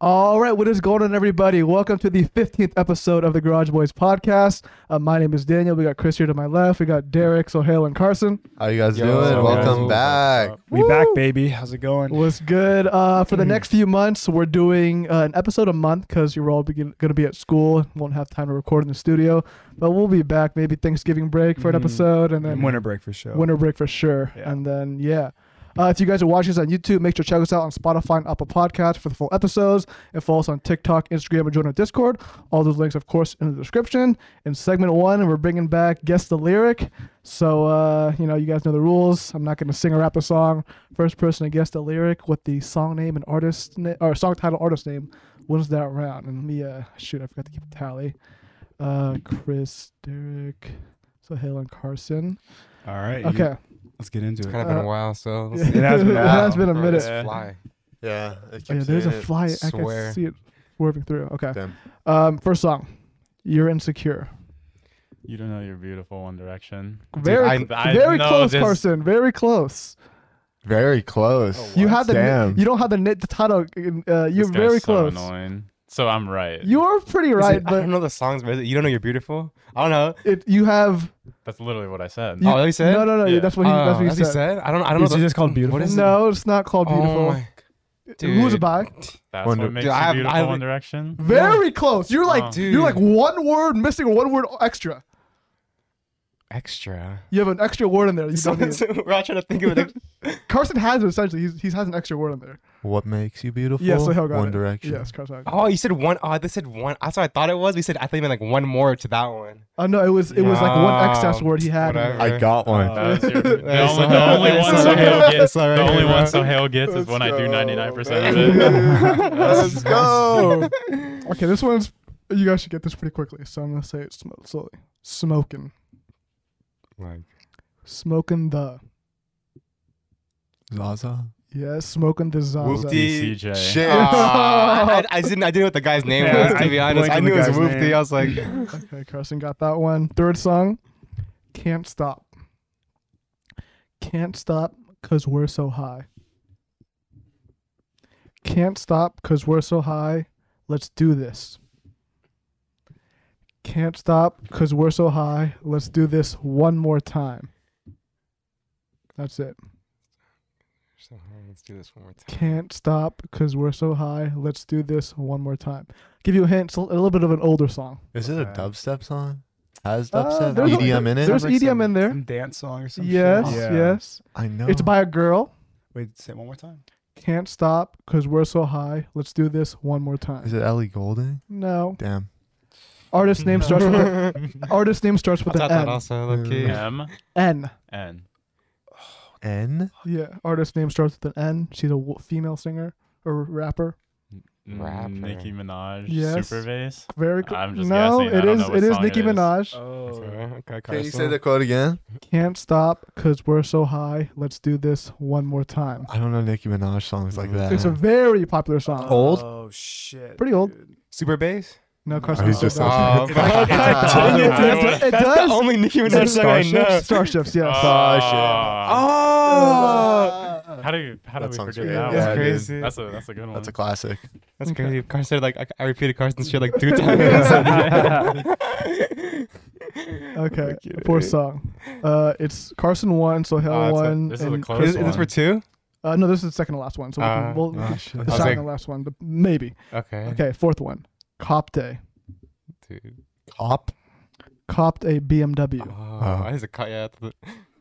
All right, what is going on, everybody? Welcome to the 15th episode of the Garage Boys podcast. Uh, my name is Daniel. We got Chris here to my left. We got Derek, Sohail, and Carson. How you guys Yo, doing? what's up, Welcome guys? back. We back, baby. How's it going? What's good? Uh, for the next few months, we're doing uh, an episode a month because you're all going to be at school and won't have time to record in the studio. But we'll be back maybe Thanksgiving break for an Mhm. episode and then Winter break for sure. winter break for sure. Yeah. And then yeah. Uh, if you guys are watching us on YouTube, make sure to check us out on Spotify and Apple Podcasts for the full episodes. And follow us on TikTok, Instagram, and join our Discord. All those links, of course, in the description. In segment one, we're bringing back Guess the Lyric. So, uh, you know, you guys know the rules. I'm not going to sing or rap a song. First person to guess the lyric with the song name and artist na- or song title, artist name, wins that round. And let me, uh, shoot, I forgot to keep a tally. Uh, Chris, Derek, Sohail, and Carson. All right. you- Okay. let's get into Kind it. of been Uh, a while, so Yeah. let's see. It has been a It while. has been a Bro, minute. it's Yeah. fly. Yeah, I Oh, keep yeah, there's a saying it. fly. I can Swear. see it swerving through. Okay. Damn. Um, first song, "You're Insecure." You don't know you're beautiful, One Direction. Very, I- cl- I very know close, this- Carson. Very close. Very close. You have the. Damn. You don't have the knit the title. Uh, you're This guy's very so close. Annoying. So I'm right. You're pretty Is right, it- I but don't know the songs, but is it- you don't know you're beautiful. I don't know. it, you have. That's literally what I said. You, Oh, that he said? Oh, No, no, no. Yeah. That's what he. that's what he said. I don't. I don't Is know. it the- just called Beautiful? What is it? No, it's not called Oh beautiful. my- Who's a dude. by? That's Wonder- what makes Dude, I you have- beautiful, I have- One Direction. Very close. You're like Oh. you're like one word missing or one word extra. extra. You have an extra word in there. You don't We're all need. trying to think of it. Carson has it essentially. He's, he has an extra word in there. What makes you beautiful? Yes, Sohail got One it. Direction. Yes, Carson. Oh, you said one. Oh, they said one. That's what I thought it was. We said I thought you meant like one more to that one. Oh no, it was it was like one Wow. excess word he had. in there. Whatever. I got one. That was Uh, your- the, Hey, only, sorry. the only Hey, one sorry. Sohail gets. Sorry, The only bro. one Sohail gets is Let's when I do go, 99% of baby. it. Let's go. Okay, this one's you guys should get this pretty quickly, so I'm gonna say it sm- slowly. Smoking, Like, smoking the Zaza. yes, smoking the Zaza. Whoopty. DCJ. Shit. Ah, I, I- I didn't. I didn't know what the guy's name Yeah, was. To I be honest, blanked I on knew the it was guy's Whoopty. name. I was like, Okay, Carson got that one. Third song, can't stop, can't stop cause we're so high. Can't stop cause we're so high. Let's do this. Can't stop cause we're so high. Let's do this one more time. That's it. So, let's do this one more time. can't stop because we're so high. Let's do this one more time. Give you a hint, it's a little bit of an older song. Is it a dubstep song? Has Uh, dubstep there's a- EDM in it? There's Sounds like EDM some- in there. Some dance song or something. Yes, yes. I know. It's by a girl. Wait, say it one more time. Can't stop because we're so high. Let's do this one more time. Is it Ellie Goulding? No. Damn. Artist name starts with a, artist name starts I with thought that an also low key. M N. N. N. N. Yeah. Artist name starts with an N. She's a w- female singer or rapper. Rapper. Nicki Minaj. Yes. Supervase. Very cool. I'm just no, guessing. I it don't is know what it is song Nicki it is. Minaj. Oh. Okay, Can you Carson. say the quote again? Can't stop because we're so high. Let's do this one more time. I don't know Nicki Minaj songs like that. It's a very popular song. Old? Oh shit. Pretty old. dude. Super bass? No, Carson. He's He's just Oh, listening. God dang it, dude. It does. That's the only Nicki Minaj song I know. Starships. Starships. Yes. Oh, Uh, Oh, Uh, How do you? How do That we sounds forget great. that Yeah, one? that's crazy. That's a that's a good one. That's a classic. That's Okay. crazy. Carson like I, I repeated Carson's shit like two times. okay. Fourth song. Uh, it's Carson one, so Oh, Hell it's a- one. this is a and- close Is, Chris- is this for one. two? Uh, no, this is the second to last one. So we Uh, can, we'll, Ah, shit. the I was second like- to last one, but maybe. Okay. Okay. Fourth one. Copped a. Dude. Oh, Cop. Copped a Oh, BMW. I just cut yeah. that's the-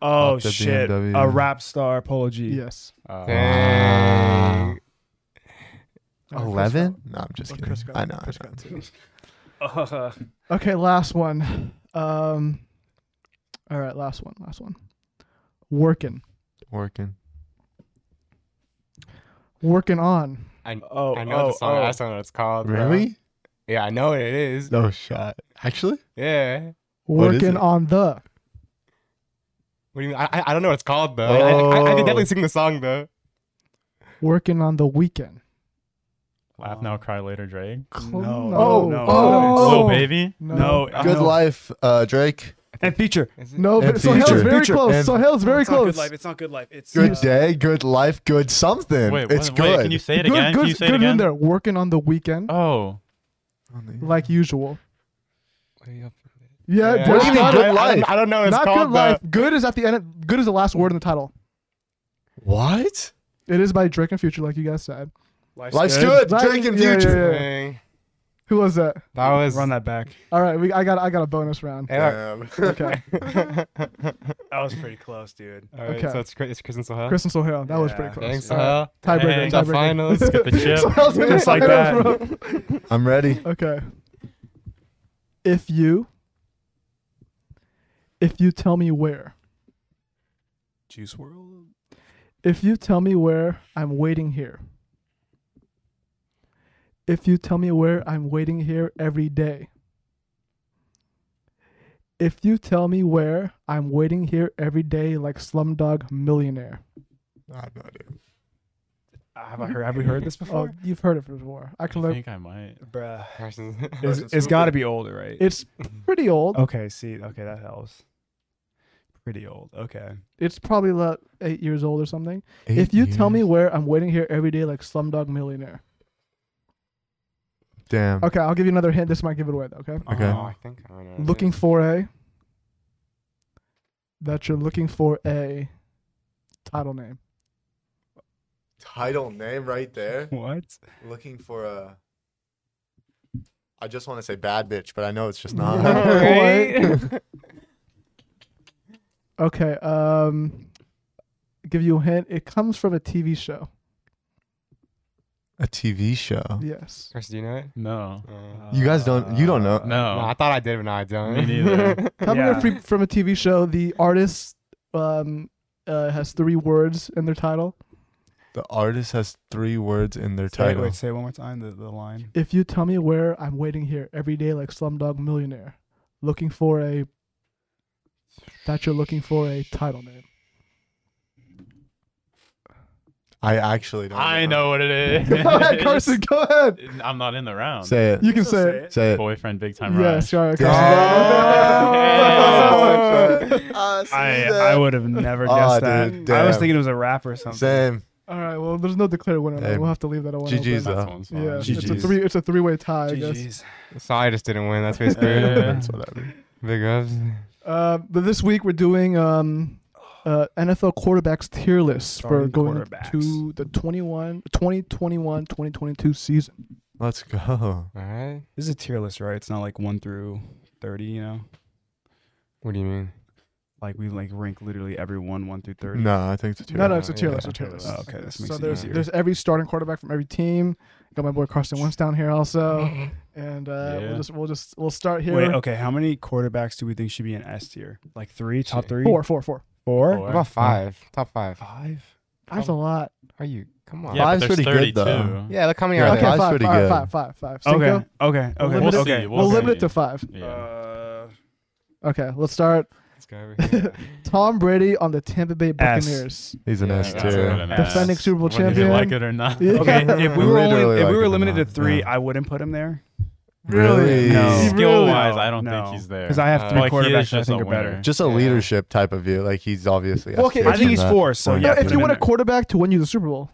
Oh the shit. BMW. A rap star, Polo G. Yes. Uh, Dang. Uh, Chris Eleven? got- No, I'm just Oh, kidding. Chris got- I know. I Chris know. got two. Uh, Okay, last one. Um, all right, last one, last one. Working, Working. working on. oh, I know oh, the song. Oh. I don't know what it's called. bro. Really? Yeah, I know what it is. No shot. Actually? Yeah. What is Working it? on the. What do you mean? I, I- I don't know what it's called though. I- I, I, I Oh. can definitely sing the song though. Working on the weekend. Laugh now, cry later, Drake. No, Oh, no, no. oh, Lil oh. baby. No. I Good know. life, uh, Drake. I And feature. Is it- oh. No, And but, so Hill's feature. very Feature. close. And- so Hill's very it's Not close. good life. It's not good life. It's Good uh, day, good life, good something. Wait, it's what, good. wait, can you say it Good- again? good, can you say good it in again? there. Working on the weekend, Oh, Oh. like usual. What do you have- Yeah, Yeah. but What do you mean not, good I- I life? don't- I don't know. What it's not called good life. Good is at the end. Of, good is the last word in the title. what? It is by Drake and Future, like you guys said. Life's, Life's good. good. Life- Drinking yeah, yeah, future. yeah. but- But- Dang. Who was that? That was Run that back. All right, we, I got I got a bonus round. Yeah. Damn. Okay, That was pretty close, dude. All right, Okay. so it's Chris, it's Chris and Sahel. Kristen Sohail. That was Yeah. pretty close. Thanks, All right. Sahel. Tiebreaker. Dang. The tiebreaker. finals. get the chip. Sohail's in the Just like finals, that. bro. I'm ready. Okay. If you, if you tell me where, Juice World. if you tell me where, I'm waiting here. If you tell me where, I'm waiting here every day. If you tell me where, I'm waiting here every day like Slumdog Millionaire. I have no idea. Have I heard? Have we heard this Oh, before? you've heard it before. I I can look. think I might. Bruh. Carson. It's, it's got to be older, right? It's pretty old. Oh. okay. See. Okay, that helps. Pretty old. Okay. It's probably about eight years old or something. if you tell me Eight years. where I'm waiting here every day like Slumdog Millionaire. damn. Okay, I'll give you another hint. This might give it away though, okay? Okay. Oh, I Uh, think I know. Looking for a that you're looking for a title name. Title name right there. what? Looking for a. I just want to say bad bitch, but I know it's just Right. not. Right? Okay, um give you a hint. It comes from a TV show. a TV show. Yes. Chris, do you know it? No. Uh, You guys don't. You don't know. Uh, No. no, I thought I did, but no, I don't. Oh. Me neither. Coming Yeah. from from a TV show, the artist um uh, has three words in their title. The artist has three words in their Say, title. wait, say it one more time the, the line. If you tell me where I'm waiting here every day like Slumdog Millionaire, looking for a that you're looking for a title name. I actually don't. I know what it is. go ahead, Carson, go ahead. I'm not in the round. Say it. You can say it. Say it. Boyfriend, big time Yes, rush. go ahead, Oh. Carson. I, I would have never Aw, guessed that. dude, I was damn. thinking it was a rap or something. Same. All right, well, there's no declared winner. man. Hey, We'll have to leave that one. GG's open. though. That's one's fine. Yeah, it's a GG's. three. It's a three-way tie, I guess. GG's. so I just didn't win. That's basically Yeah. it. It's whatever. Big ups. Uh, but this week we're doing um, uh, NFL quarterbacks tier lists for Starting going quarterbacks. to the 21, 2021, 2022 season. Let's go. All right. This is a tier list, right? It's not like one through thirty. You know, What do you mean? like we like rank literally everyone one through thirty. No, I think it's a two. No, no, it's a tier yeah. list. A tier list. Oh, okay, this makes so it there's easier. there's every starting quarterback from every team. Got my boy Carson Wentz down here also, and uh, Yeah. we'll just we'll just we'll start here. Wait, okay. How many quarterbacks do we think should be in S tier? Like three, top three, Four, four, four. four, Four. What about five? Top five. five. That's a lot. Are you? Come on. Yeah, Five's but there's pretty good, 32. though. Yeah, look how many Yeah, are okay, there. five's five, pretty five, good. five, five, five. Okay, Cinco? okay, okay. We'll We'll limit see. okay. We'll, We'll see. limit it to five. Yeah. Uh, Okay, let's start. Let's go over here. Tom Brady on the Tampa Bay S. Buccaneers, He's an Yeah, S that's That's Sure. what tier. an defending ass. Super Bowl Whether champion. you like it or not. Yeah. okay. If we were Literally only, if like we were him a limited to lot, three, yeah. I wouldn't put him there. Really? No. Really? Skill wise, I don't No. think he's there. Because I have Uh, three like, he is quarterbacks I just think a are better. winner. Just a Yeah. leadership type of view. Like he's obviously. Well, okay, S tier I I think from he's that four. So point. yeah, No, if put you him want a in there. quarterback to win you the Super Bowl,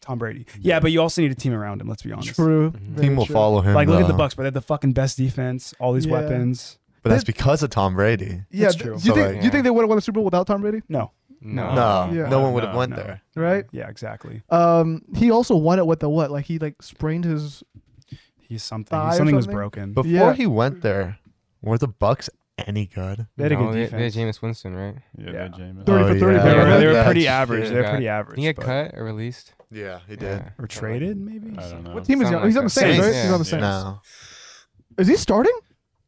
Tom Brady. Yeah, but you also need a team around him. Let's be honest. true. Mhm. very Team will true. follow him. Like, look at the though. Bucks, but they have the fucking best defense. All these Yeah. weapons. But that's because of Tom Brady. Yeah, That's th- true. Do you So, think like- do you think they would have won the Super Bowl without Tom Brady? Oh, No. No, Yeah. no one would have No, went no. there. Right. Yeah, exactly. Um, he also won it with the what? Like he like sprained his. He's something. Thigh or He's something was something? broken. Before Yeah. he went there, were the Bucks any good? Oh, They had a No, good they- They had defense. Jameis Winston, right? Yeah, Yeah. they're Jameis. Thirty for thirty, They Yeah, were, they were that's pretty average. true. They were Got- pretty average. He get but- cut or released? Yeah, he Yeah. Or traded, maybe? I don't know. What team is he? on? He's Something like on the that. Saints, Saints, right? He's on the yeah. Saints. No, Is he starting?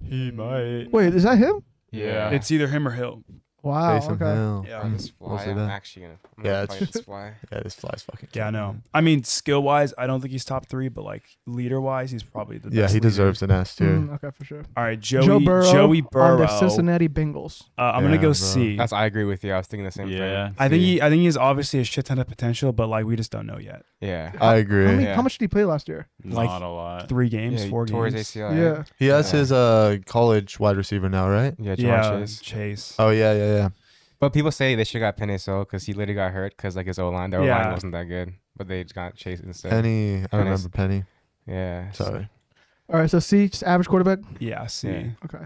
He might. Wait, is that him? Yeah. It's either him or Hill. Wow. Taysom okay. Hill. Yeah. That's um, why Mostly I'm that. actually gonna. I'm Yeah, yeah, it's- that's why. Yeah, this flies fucking. Yeah, I killing know. me. I mean, skill wise, I don't think he's top three, but like leader wise, he's probably the Yeah, best he leader. deserves an S Mm-hmm. too. Mm, okay, for sure. All right, Joey Joe Burrow Joey Burrow. on the Cincinnati Bengals. Uh, I'm gonna Yeah, go bro. C. I That's I agree with you. I was thinking the same Yeah. thing. think C. he I think he's obviously a shit ton of potential, but like we just don't know yet. Yeah. I agree. How, many, Yeah. how much did he play last year? Like, Not a lot. Three games, yeah, four Torres games. ACL. yeah. right? he has Yeah. his uh college wide receiver now, right? Yeah, Jamar Yeah, Chase. Chase. Oh yeah, yeah, yeah. But people say they should have got Penny because he literally got hurt because like his O line, their O Yeah. line wasn't that good, but they just got Chase instead. Penny, I Penny's- remember Penny. Yeah. so- Sorry. All right, so C, just average quarterback. Yeah, C. Yeah. Okay.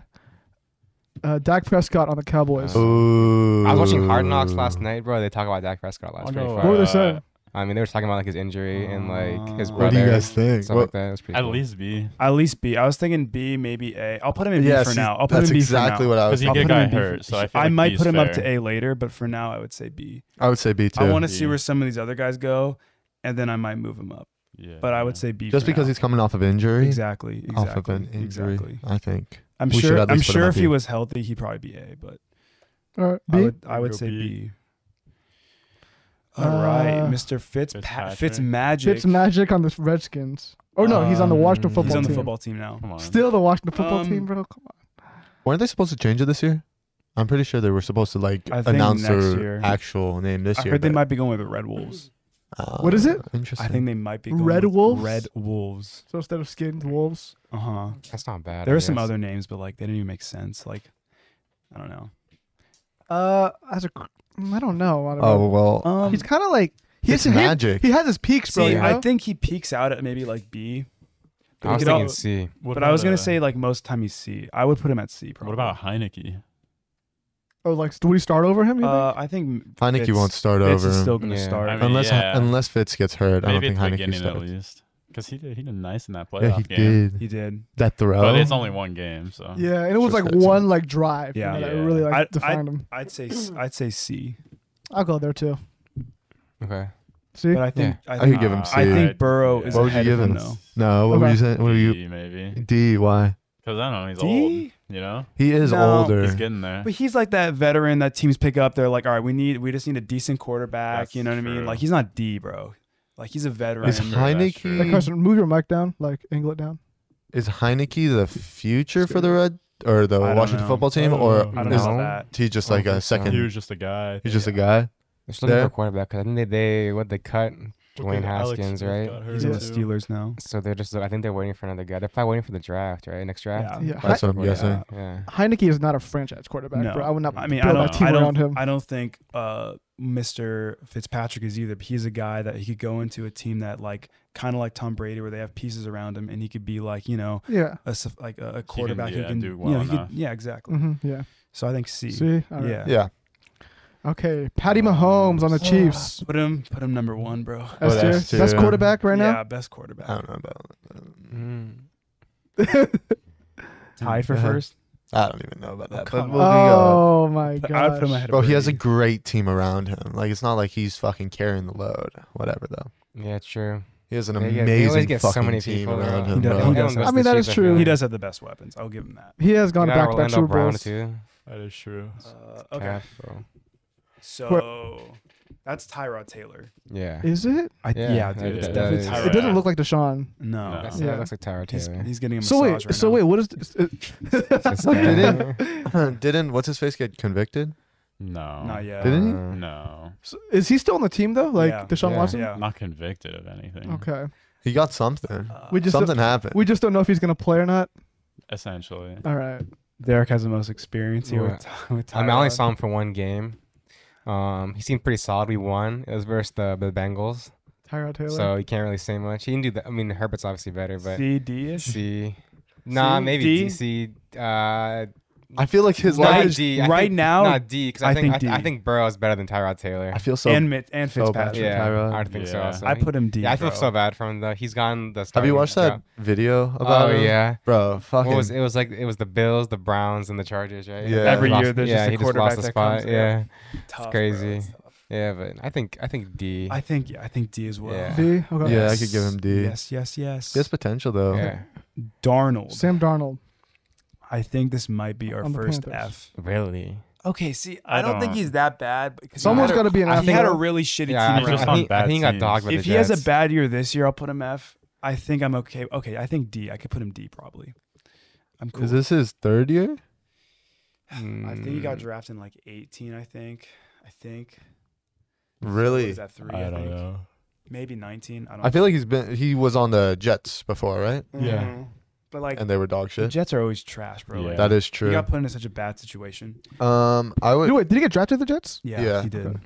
Uh, Dak Prescott on the Cowboys. Oh. Uh, Ooh. I was watching Hard Knocks last night, bro. They talk about Dak Prescott last I pretty know, far. what were they uh, saying? I mean, they were talking about like his injury and like his Uh, brother. What do you guys think? Stuff What- like that. It was pretty At cool. least B. At least B. I was thinking B, maybe A. I'll put him in yeah, B for see, now. I'll put that's him in B exactly for now. what I was. Because he I'll did put him get in B hurt, for- so I feel I like might B's put him up fair. to A later, but for now I would say B. I would say B too. I want to see B. where some of these other guys go, and then I might move him up. Yeah. But I would say B. just for because now. he's coming off of injury, exactly, exactly, off of an injury. exactly. I think. I'm We should sure. at I'm least put him sure at if he B. was healthy, he'd probably be A. But All right, I B. would, I would Go say B. B. All right, Uh, Mr. Fitz Fitzmagic. Fitzpatrick. Fitzmagic. Fitz magic on the Redskins. Oh no, he's on the Washington Um, football He's on the team. football team now. Come on. Still the Washington football Um, team, bro. Come on. Weren't they supposed to change it this year? I'm pretty sure they were supposed to like I think announce next their year. actual name this I year. heard they but- might be going with the Red Wolves. Uh, What is it? Interesting. I think they might be going Red with Wolves? Red Wolves. So instead of skins, wolves. Uh huh. that's not bad. There I were some guess. other names, but like they didn't even make sense. Like, I don't know. Uh, as a, cr- mm, I don't know. I don't Oh know. well, Um, he's kind of like he it's has, he, magic. he has his peaks, bro. see, you I know? think he peaks out at maybe like B, I was Look it thinking up. C. What but I was about, gonna uh, say like most time he's C. I would put him at C. Probably. What about Heineke? oh, like do we start over him? you think? Uh, I think Heineke Fitz- won't start Fitz over is him still gonna Yeah. start. I mean, unless yeah. unless Fitz gets hurt. I don't Maybe think at the Heineke beginning at starts. least. Because he did, he did nice in that playoff Yeah, he game. did he did. that throw. But it's only one game, so. yeah, and it was Just like hits him. one like drive. Yeah, Yeah. you know, that Yeah. really like I'd- defined him. I'd say s- I'd say C, I'll go there too. Okay. See, but I think I I think could give him C. I think I'd- Burrow is What would you ahead give of him him? though. no, what were Okay. you saying? What were you? D, maybe. D why? Because I don't know, he's old. D? You know? He is No. older. He's getting there. But he's like that veteran that teams pick up. They're like, all right, we need we just need a decent quarterback. That's you know what I mean? true. Like he's not D, bro. Like he's a veteran. Is That's true, that's Heineke- true. like Carson, move your mic down, like angle it down. Is Heineke the future for the Red or the I don't Washington know. football team, I don't or know. I don't is know about he just I like don't a think so. second? he was just a guy. He's just a guy. They're still looking There? for a quarterback because I think they, they what they cut Dwayne Fucking Alex Haskins, Smith right? got that. hurt He's on the too. Steelers now. So they're just I think they're waiting for another guy. They're probably waiting for the draft, right? Next draft. Yeah, That's what I'm Yeah. guessing. Yeah. Heineke is not a franchise quarterback, No. bro. I would not. I mean, I build a don't, team I around don't, him. I don't think uh, Mr. Fitzpatrick is either. But he's a guy that he could go into a team that like kind of like Tom Brady, where they have pieces around him, and he could be like you know yeah. a s- like a, a quarterback yeah, who can do you well know, he could, enough. yeah exactly. hmm yeah. So I think C. See. All right. yeah. Yeah. Okay. Patty Mahomes on the Chiefs. Put him put him number one, bro. What S tier. S tier? Best quarterback right yeah, now. best I Oh, quarterback. don't know about. Mm. Tied for Yeah. first. I don't even know about that. but come we'll be, uh, oh my But god. I would put him ahead of Bro, he has a Brady. great team around him. Like it's not like he's fucking carrying the load. Whatever though. Yeah, true. He has an They get- they always amazing get so fucking many team people, around though. him, He does- bro. he does I mean, that is true. He does have the best weapons. I'll give him that. He has You gone got back back Orlando Super Brown Bowls. too. That is true. Uh, okay. Cap, bro. So that's Tyrod Taylor. Yeah. Is it? I, Yeah, yeah, It's yeah, definitely yeah, Tyrod. yeah. It doesn't look like Deshaun. No. No. That's, Yeah. That looks like Tyra He's, Taylor. he's getting a So wait. massage right so now. wait. What is? This? Just didn't- kidding. Didn't what's his face get convicted? No. Not yet. Didn't he? Uh, No. Is he still on the team though? Like Yeah. Deshaun Yeah. Watson? Yeah. Not convicted of anything. Okay. He got something. Uh, We just something happened. we just don't know if he's gonna play or not. Essentially. All right. Derek has the most experience here with, with I mean, I only Tyrod. saw him for one game. Um, he seemed pretty solid. We won. It was versus the, the Bengals, Tyrod Taylor. so you can't really say much. He didn't do that. I mean, Herbert's obviously better, but C D ish. C. Nah, C? maybe D? DC. Uh, I feel like his not life. D. I right think- now, not D, because I, I think, think I, th- I D. think Burrow is better than Tyrod Taylor. I feel so. and Mit and so bad. Fitzpatrick. yeah, Tyrod. I think so. Yeah. Also. I put him D. Yeah, I feel bro. so bad for him though. He's gone. The Have you starting watched that job. video about oh him? yeah. Bro, fucking. What was it? Was like it was the Bills, the Browns, and the Chargers, right? Yeah. Every Lost- year there's yeah, just a he quarterback that just lost the spot. comes. yeah, Tough, bro. crazy. It's tough. yeah, but I think I think D. I think yeah, I think D as well. Yeah. D. Okay. Yeah, I could give him D. Yes, yes, yes. He has potential though. yeah, Darnold. Sam Darnold. I think this might be our On the first Panthers. F. really. okay, see, I I don't, think don't- he's that bad because Someone's got to be an I athlete. he had a really shitty Yeah, team. I, He's think- just around I on think, I bad think he got teams. dogged by him. If the he has a Jets. bad year this year, I'll put him F. I think I'm okay. Okay, I think D. I could put him D probably. I'm cool. Is this his third year? I think he got Mm. drafted in like 18. I think. I think. Really? Was that three? I I, don't think. know. Maybe 19. I don't. I feel like he's been he was on the Jets before, right? Yeah. Mhm. But like, And they were dog the shit. Jets are always trash, bro. Yeah. Like, That is He true. got put into such a bad situation. Um, I would Dude, wait, did he get drafted to the Jets? Yeah, Yeah. he did.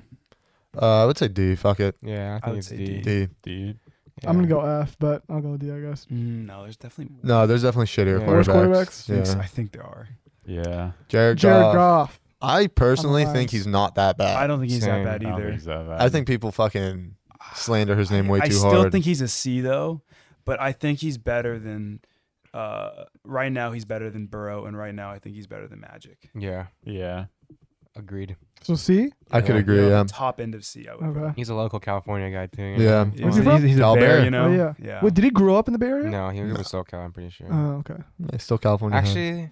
uh, I would say D. Fuck it, Yeah, I I would think it's say D. D. D. Dude, I'm gonna go F, but I'll go D, I guess. Mm, no, there's definitely. No, there's definitely shittier Yeah. Worst quarterbacks. quarterbacks? I think so- Yeah. I think there are. yeah. Jared, Jared Goff. Goff. I personally Otherwise- think he's not that I bad. don't think he's Same. I that bad don't think either. he's that bad. I, think people fucking slander his name way I too still hard. think he's a C though, but I think he's better than. Uh, right now he's better than Burrow, and right now I think he's better than Magic. Yeah, Yeah. agreed. So C. I could Yeah. agree. You know, Yeah. the Uh, top end of C, I would. Okay. He's a local California guy too. Yeah. you know? He's, Where's he he's, from? he's a Del bear, Bear. you know. Oh, yeah. yeah. Wait, did he grow up in the Bay Area? No, he was No. with SoCal. I'm pretty sure. Uh, Oh, okay. He's still California. huh? Actually,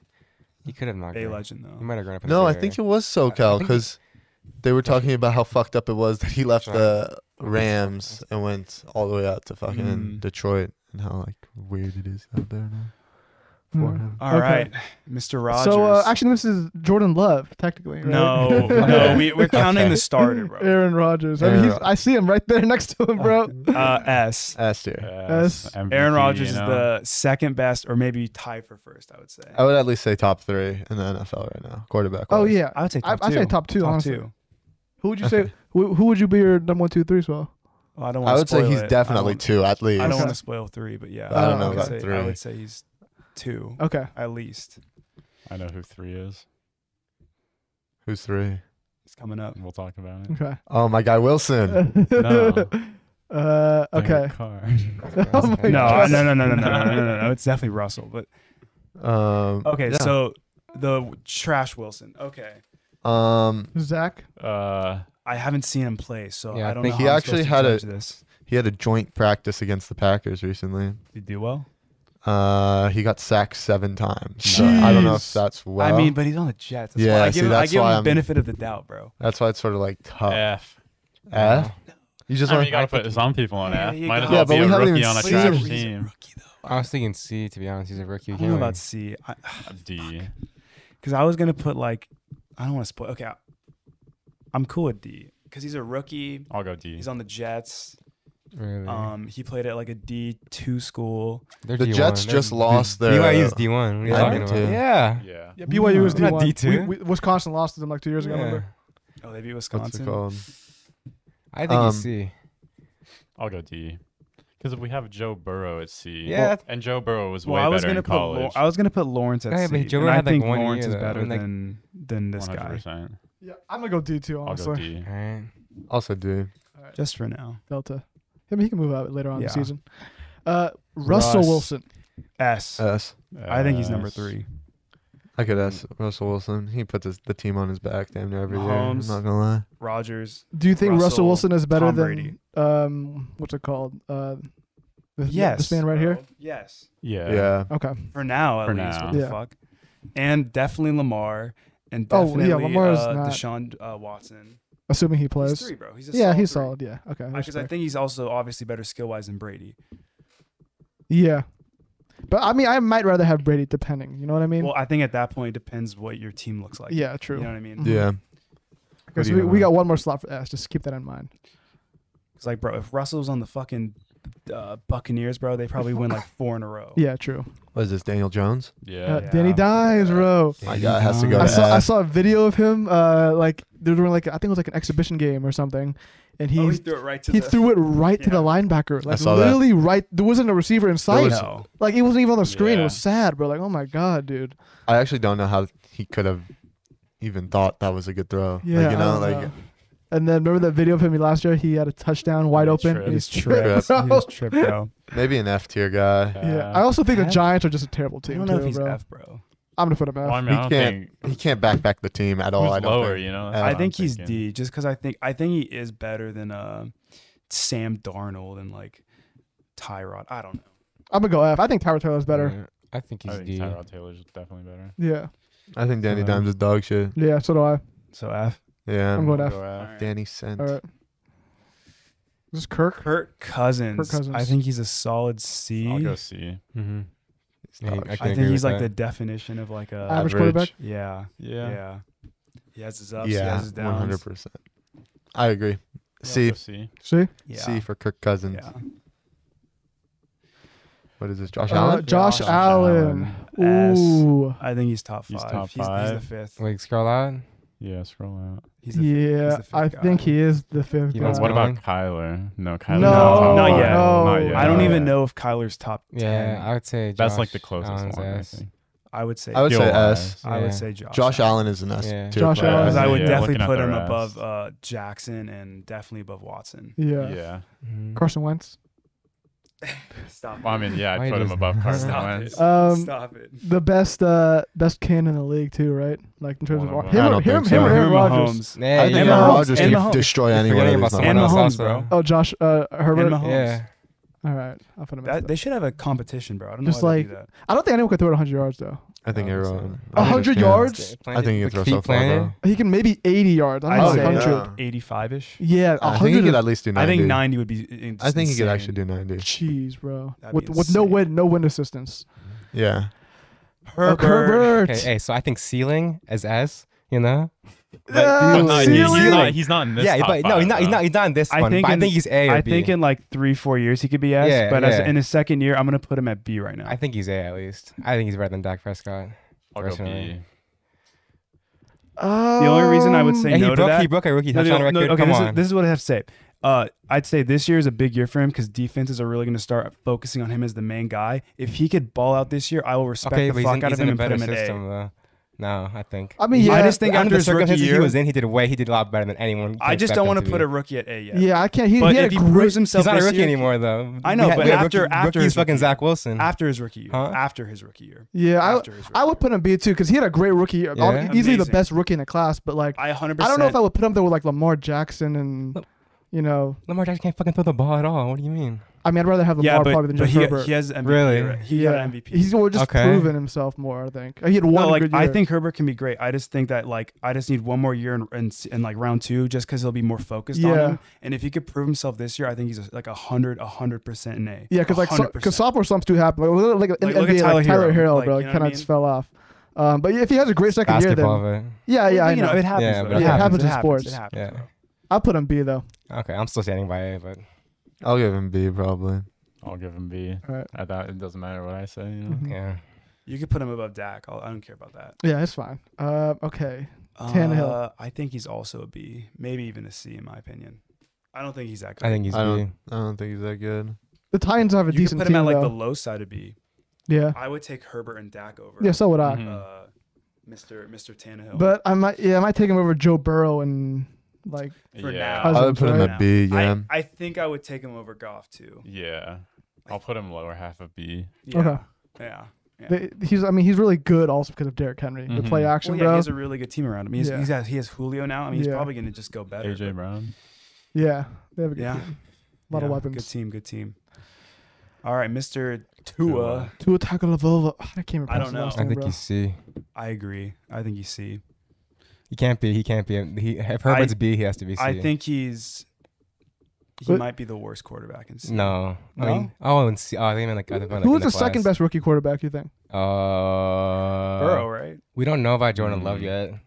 he could have not. Bay grown. legend He though. might have grown up. In no, the I Bay think it Area. was SoCal think- because they were talking about how fucked up it was that he left Sorry. the Rams and went all the way out to fucking Mm. Detroit and how like weird it is out there now for Hmm. him. All Okay. right, Mr. Rogers. So uh, actually, this is Jordan Love, technically. Right? no, no, we, we're counting the starter, bro. Aaron Rodgers. I mean, Aaron he's, I see him right there next to him, bro. Uh, S. S tier. Yes, Yes. MVP, Aaron Rodgers you is know? the second best, or maybe tied for first. I would say. I would at least say top three in the NFL right now, quarterback. oh yeah, I would say I, top I two. say top two. Top honestly, two. who would you say? Who, who would you be your number one, two, three? As well, Well, I don't. I wanna would say spoil he's it. I definitely don't- two at least. I don't Okay. want to spoil three, but yeah, I don't know would about say- three. I would say he's two okay. at least. I know who three is. Who's three? He's coming up. We'll talk about it. Okay. Oh my guy, Wilson. No. Uh, okay. Derek Carr. Oh my No, God. no, no, no, no, no, no, no, no, no. It's definitely Russell. But Um, okay, yeah. so the trash Wilson. Okay, um, Zach. Uh, I haven't seen him play, so Yeah, I I don't think know. he how I'm actually supposed to had a- judge this. he had a joint practice against the Packers recently. Did he do well? Uh, he got sacked seven times. So I don't know if Jeez. that's well. I mean, but he's on the Jets. That's why Yeah, I give see, him, I that's give why him I'm- benefit of the doubt, bro. that's why it's sort of like tough. F. Eh? You Oh. just I mean, want you gotta put some people on Yeah, F. you Might as gotta- well Yeah, but be we a haven't rookie even on a seen trash him. team. I was thinking C. To be honest, he's a rookie. I You don't know can't about really- C, D. because I was gonna put like I don't want to spoil. Okay, I, I'm cool with D because he's a rookie. I'll go D. He's on the Jets. really. Um, he played at like a D two school. They're the D1. Jets They're just D- lost their- uh, BYU's D1. What are you I talking think about? too. Yeah. Yeah. Yeah, BYU was He's not D1. D2. We, we, Wisconsin lost to them like two years ago. I Yeah. remember. Oh, they beat what's it Wisconsin. called? I think Um, he's C. I'll go D. Because if we have Joe Burrow at C, Yeah, that's- and Joe Burrow was Well, way I was better gonna in put Lau- college. I was gonna put Lawrence at Yeah, but C, Joe and Burrow I had, like, think one Lawrence year, is though, better and, like- than than this guy. 100%. Yeah, I'm gonna go D two. I'll go Honestly, D. All right. Also, D. Just for now, Delta. I mean, he can move out later on in the Yeah. season. Uh, Russell Russ. Wilson. S. I S. think he's number S. three. I could S. Russell Wilson. He puts his, the team on his back damn near every Mahomes. year. I'm not gonna lie. Rogers. Do you think Russell, Russell, Wilson is better Tom than Brady. um what's it called? Uh, this, Yes. this man right here. bro. Yes. Yeah. Yeah. Okay. For now, at For least. What now. the Yeah. fuck? And definitely Lamar. And Oh, yeah, definitely Lamar's uh, not- Deshaun uh, Watson. Assuming he plays. He's three, bro. He's a yeah, solid he's three. solid. Yeah. Okay. Because I respect. think he's also obviously better skill wise than Brady. yeah. But I mean, I might rather have Brady, depending. You know what I mean? Well, I think at that point it depends what your team looks like. yeah. True. You know what I mean? Mhm. Yeah. Okay, What do so you we, have we uh, on? got one more slot for S. Just keep that in mind. It's like, bro, if Russell was on the fucking uh, Buccaneers, bro, they probably win like four in a row. Yeah. True. What is this? Daniel Jones. Yeah. Uh, Danny dies, bro. My guy has to go I to saw, I Uh, F. saw a video of him. Uh, like they were doing like I think it was like an exhibition game or something, and he oh, he threw it right to he the. threw it right to the Yeah. linebacker. Like saw that. literally right. There wasn't a receiver in sight. There was- no. Like it wasn't even on the screen. It Yeah. was sad, bro. Like oh my god, dude. I actually don't know how he could have even thought that was a good throw. Like, Yeah, you I know, don't like know. And then remember that video of him last year? He had a touchdown wide He open. tripped. and He's he tripped. bro. He was tripped, bro. maybe an F tier guy. Yeah. I also think the F? Giants are just a terrible I team don't know too, if he's bro. F, bro. I'm gonna put him Well, I out. mean, I He don't can't- think He can't backback the team at all. who's I don't lower, think. you know? I That's I what think I'm he's thinking. D, just because I think I think he is better than uh, Sam Darnold and like Tyrod. I don't know. I'm gonna go F. I think Tyra Taylor's better. Yeah, I think I he's think D. Tyrod Taylor's definitely better. Yeah. I think Danny So- Dimes is dog shit. Yeah. So do I. So uh, F. Yeah. I'm going F. Go F. Danny sent. All right. Is this Kirk? Kirk Cousins. Kirk Cousins. I think he's a solid C. I'll go C. Mm-hmm. It's not Yeah, actually- I I think agree he's with like that. the definition of like a Average Average. quarterback. yeah, yeah, Yeah. He has his ups. he yeah, has his one hundred downs. percent. I agree. Yeah, I'll C, go C. See, Yeah. C for Kirk Cousins. yeah. What is this, Josh Uh, Allen? Josh Josh Allen. Allen. S. Ooh, I think he's top five. He's top he's the five. fifth. Like scroll out. Yeah, scroll out. He's the yeah, fifth I guy. think he is the fifth. He guy. must what be about on. Kyler? No, no, Kyler. No, no, not yet. Not yet. I don't Yeah. even know if Kyler's top ten. Yeah, I would say That's like Josh the closest Allen's one. S. I think. I would say. I would say Skill-wise. S. I would Yeah. say Josh. Josh Allen is an S. Yeah. tier Josh player. Allen. Because I would Yeah, looking definitely at put the him rest. above uh, Jackson and definitely above Watson. Yeah. Yeah. Mhm. Carson Wentz. Stop. Well, I mean, yeah, Why I'd put him does- above Carson Stop Wentz. it. Um, Stop it. the best, uh, best can in the league too, right? Like in terms One of of them. him, I or, don't him, think him so. or Aaron Aaron Rodgers. Mahomes. Yeah, I think yeah. And Aaron Mahomes. Rodgers And can Mahomes. destroy You're anyone. forgetting if about he's not someone And on else us. Mahomes, also. bro. Oh, Josh uh, Herbert. And Mahomes. Yeah. All right, I'll put him. That, That, they should have a competition, bro. I don't know Just why they do like- that. I don't think anyone could throw it 100 yards though. I think Oh, Aaron. so- A Rodgers hundred can. yards? I think you can Like feet throw so far planted. though. He can maybe 80 yards. I I'd don't say think 100. yeah. 85 ish. Yeah, I think he 100. could at least do I ninety. think 90 would be. in- I think he could insane. actually do ninety. Jeez, bro. That'd With be with no insane. wind, no wind assistance. Yeah. Herbert. Herbert. Okay, hey, so I think ceiling is S. You know? But- but Ew, not- he's, ceiling. not, he's not in this yeah, top but no, five, he's not. He's though. not. He's not in this I one. think but I in- think he's A or I B. think in like three, four years he could be S, Yeah, but As, yeah. in his second year, I'm gonna put him at B right now. I think he's A at least. I think he's better than Dak Prescott. I'll go personally. B. The only reason I would Um, say Hey, no he to broke. that- He broke a rookie No, no, touchdown no, record. okay, Come this, on. Is, this is what I have to say. Uh, I'd say this year is a big year for him because defenses are really going to start focusing on him as the main guy. If he could ball out this year, I will respect okay, but the he's fuck in, out he's of him in a and put better him at system though. No, I think. I mean, yeah. I just think after Under the his rookie circumstances year, he was in, he did way. He did a lot better than anyone. I can just expect don't him want to to put be. a rookie at A yet. yeah, I can't. He, But he had if a he great- proves himself, He's not a this rookie year- anymore though. I know, we had, but we had after- rookie, after rookie his is fucking rookie Zach Wilson. After his rookie year, Huh? after his rookie year, Yeah, I, after his rookie I would put him B too because he had a great rookie year, All- Yeah. easily the Amazing. best rookie in the class. But like, year. I 100. I don't know if I would put him there with like Lamar Jackson and Look. you know. Lamar Jackson can't fucking throw the ball at all. What do you mean? I mean, I'd rather have Lamar Yeah, but, probably than but just he, Herbert. he has MVP. Really? right? He yeah, got an MVP. He's well, just Okay. proven himself more. I think he had one no, like good year. I think Herbert can be great. I just think that like I just need one more year in, in, in like round two, just because he'll be more focused on Yeah. him. And if he could prove himself this year, I think he's a, like a hundred, a hundred percent in A. Yeah, because like so- 100%. cause sophomore slumps do happen. Like, look- like, in Like, look at NBA, Tyler like Tyler Hero. Hero, Like, bro, you know what I kind of mean? just fell off. Um, but yeah, if he has a great second year, Basketball, then but yeah, yeah, I you know. know, it happens. Yeah, though. but Yeah, it it happens. happens in It sports. happens. Yeah. bro. I put him B though. okay, I'm still standing by A, but I'll give him B probably. I'll give him B. All right. I thought it doesn't matter what I say. You know? Mhm. yeah. You could put him above Dak. I'll, I don't care about that. Yeah, it's fine. Uh, okay, Tannehill. Uh, I think he's also a B, maybe even a C in my opinion. I don't think he's that good. I think he's I B. don't. I don't think he's that good. the Titans have a you could decent put him team at like though. the low side of B. yeah, I would take Herbert and Dak over. yeah, so would I. Mhm. Mm-hmm. Uh, Mr. Mr. Tannehill. But I might, yeah, I might take him over Joe Burrow and like for yeah. now. I would put him right at B. Yeah. I, I think I would take him over Goff too. Yeah. I'll put him lower half of B. Yeah. Okay. Yeah. Yeah. they, he's. I mean, he's really good also because of Derrick Henry. The Mhm. Mm-hmm. play Well, action, well, yeah, he bro. has a really good team around him. He's, Yeah. he's has, he has Julio now. I mean, he's Yeah. probably going to just go better. AJ Brown. yeah, they have a good Yeah. team. A lot of Yeah, Good weapons. team. Good team. All right, Mr. Tua. Tua Tagovailoa. I can't remember. I don't his know. last I name, think bro. he's C. I agree. I think he's C. He can't be. He can't be. a- He, if Herbert's B, he has to be C. I think he's. He But- might be the worst quarterback in C. No. No? I mean, oh, and C. Oh, I think in like other one. Like Who in was the second class. best rookie quarterback? You think? Uh, Burrow, right? We don't know about Jordan Love Mm. yet, that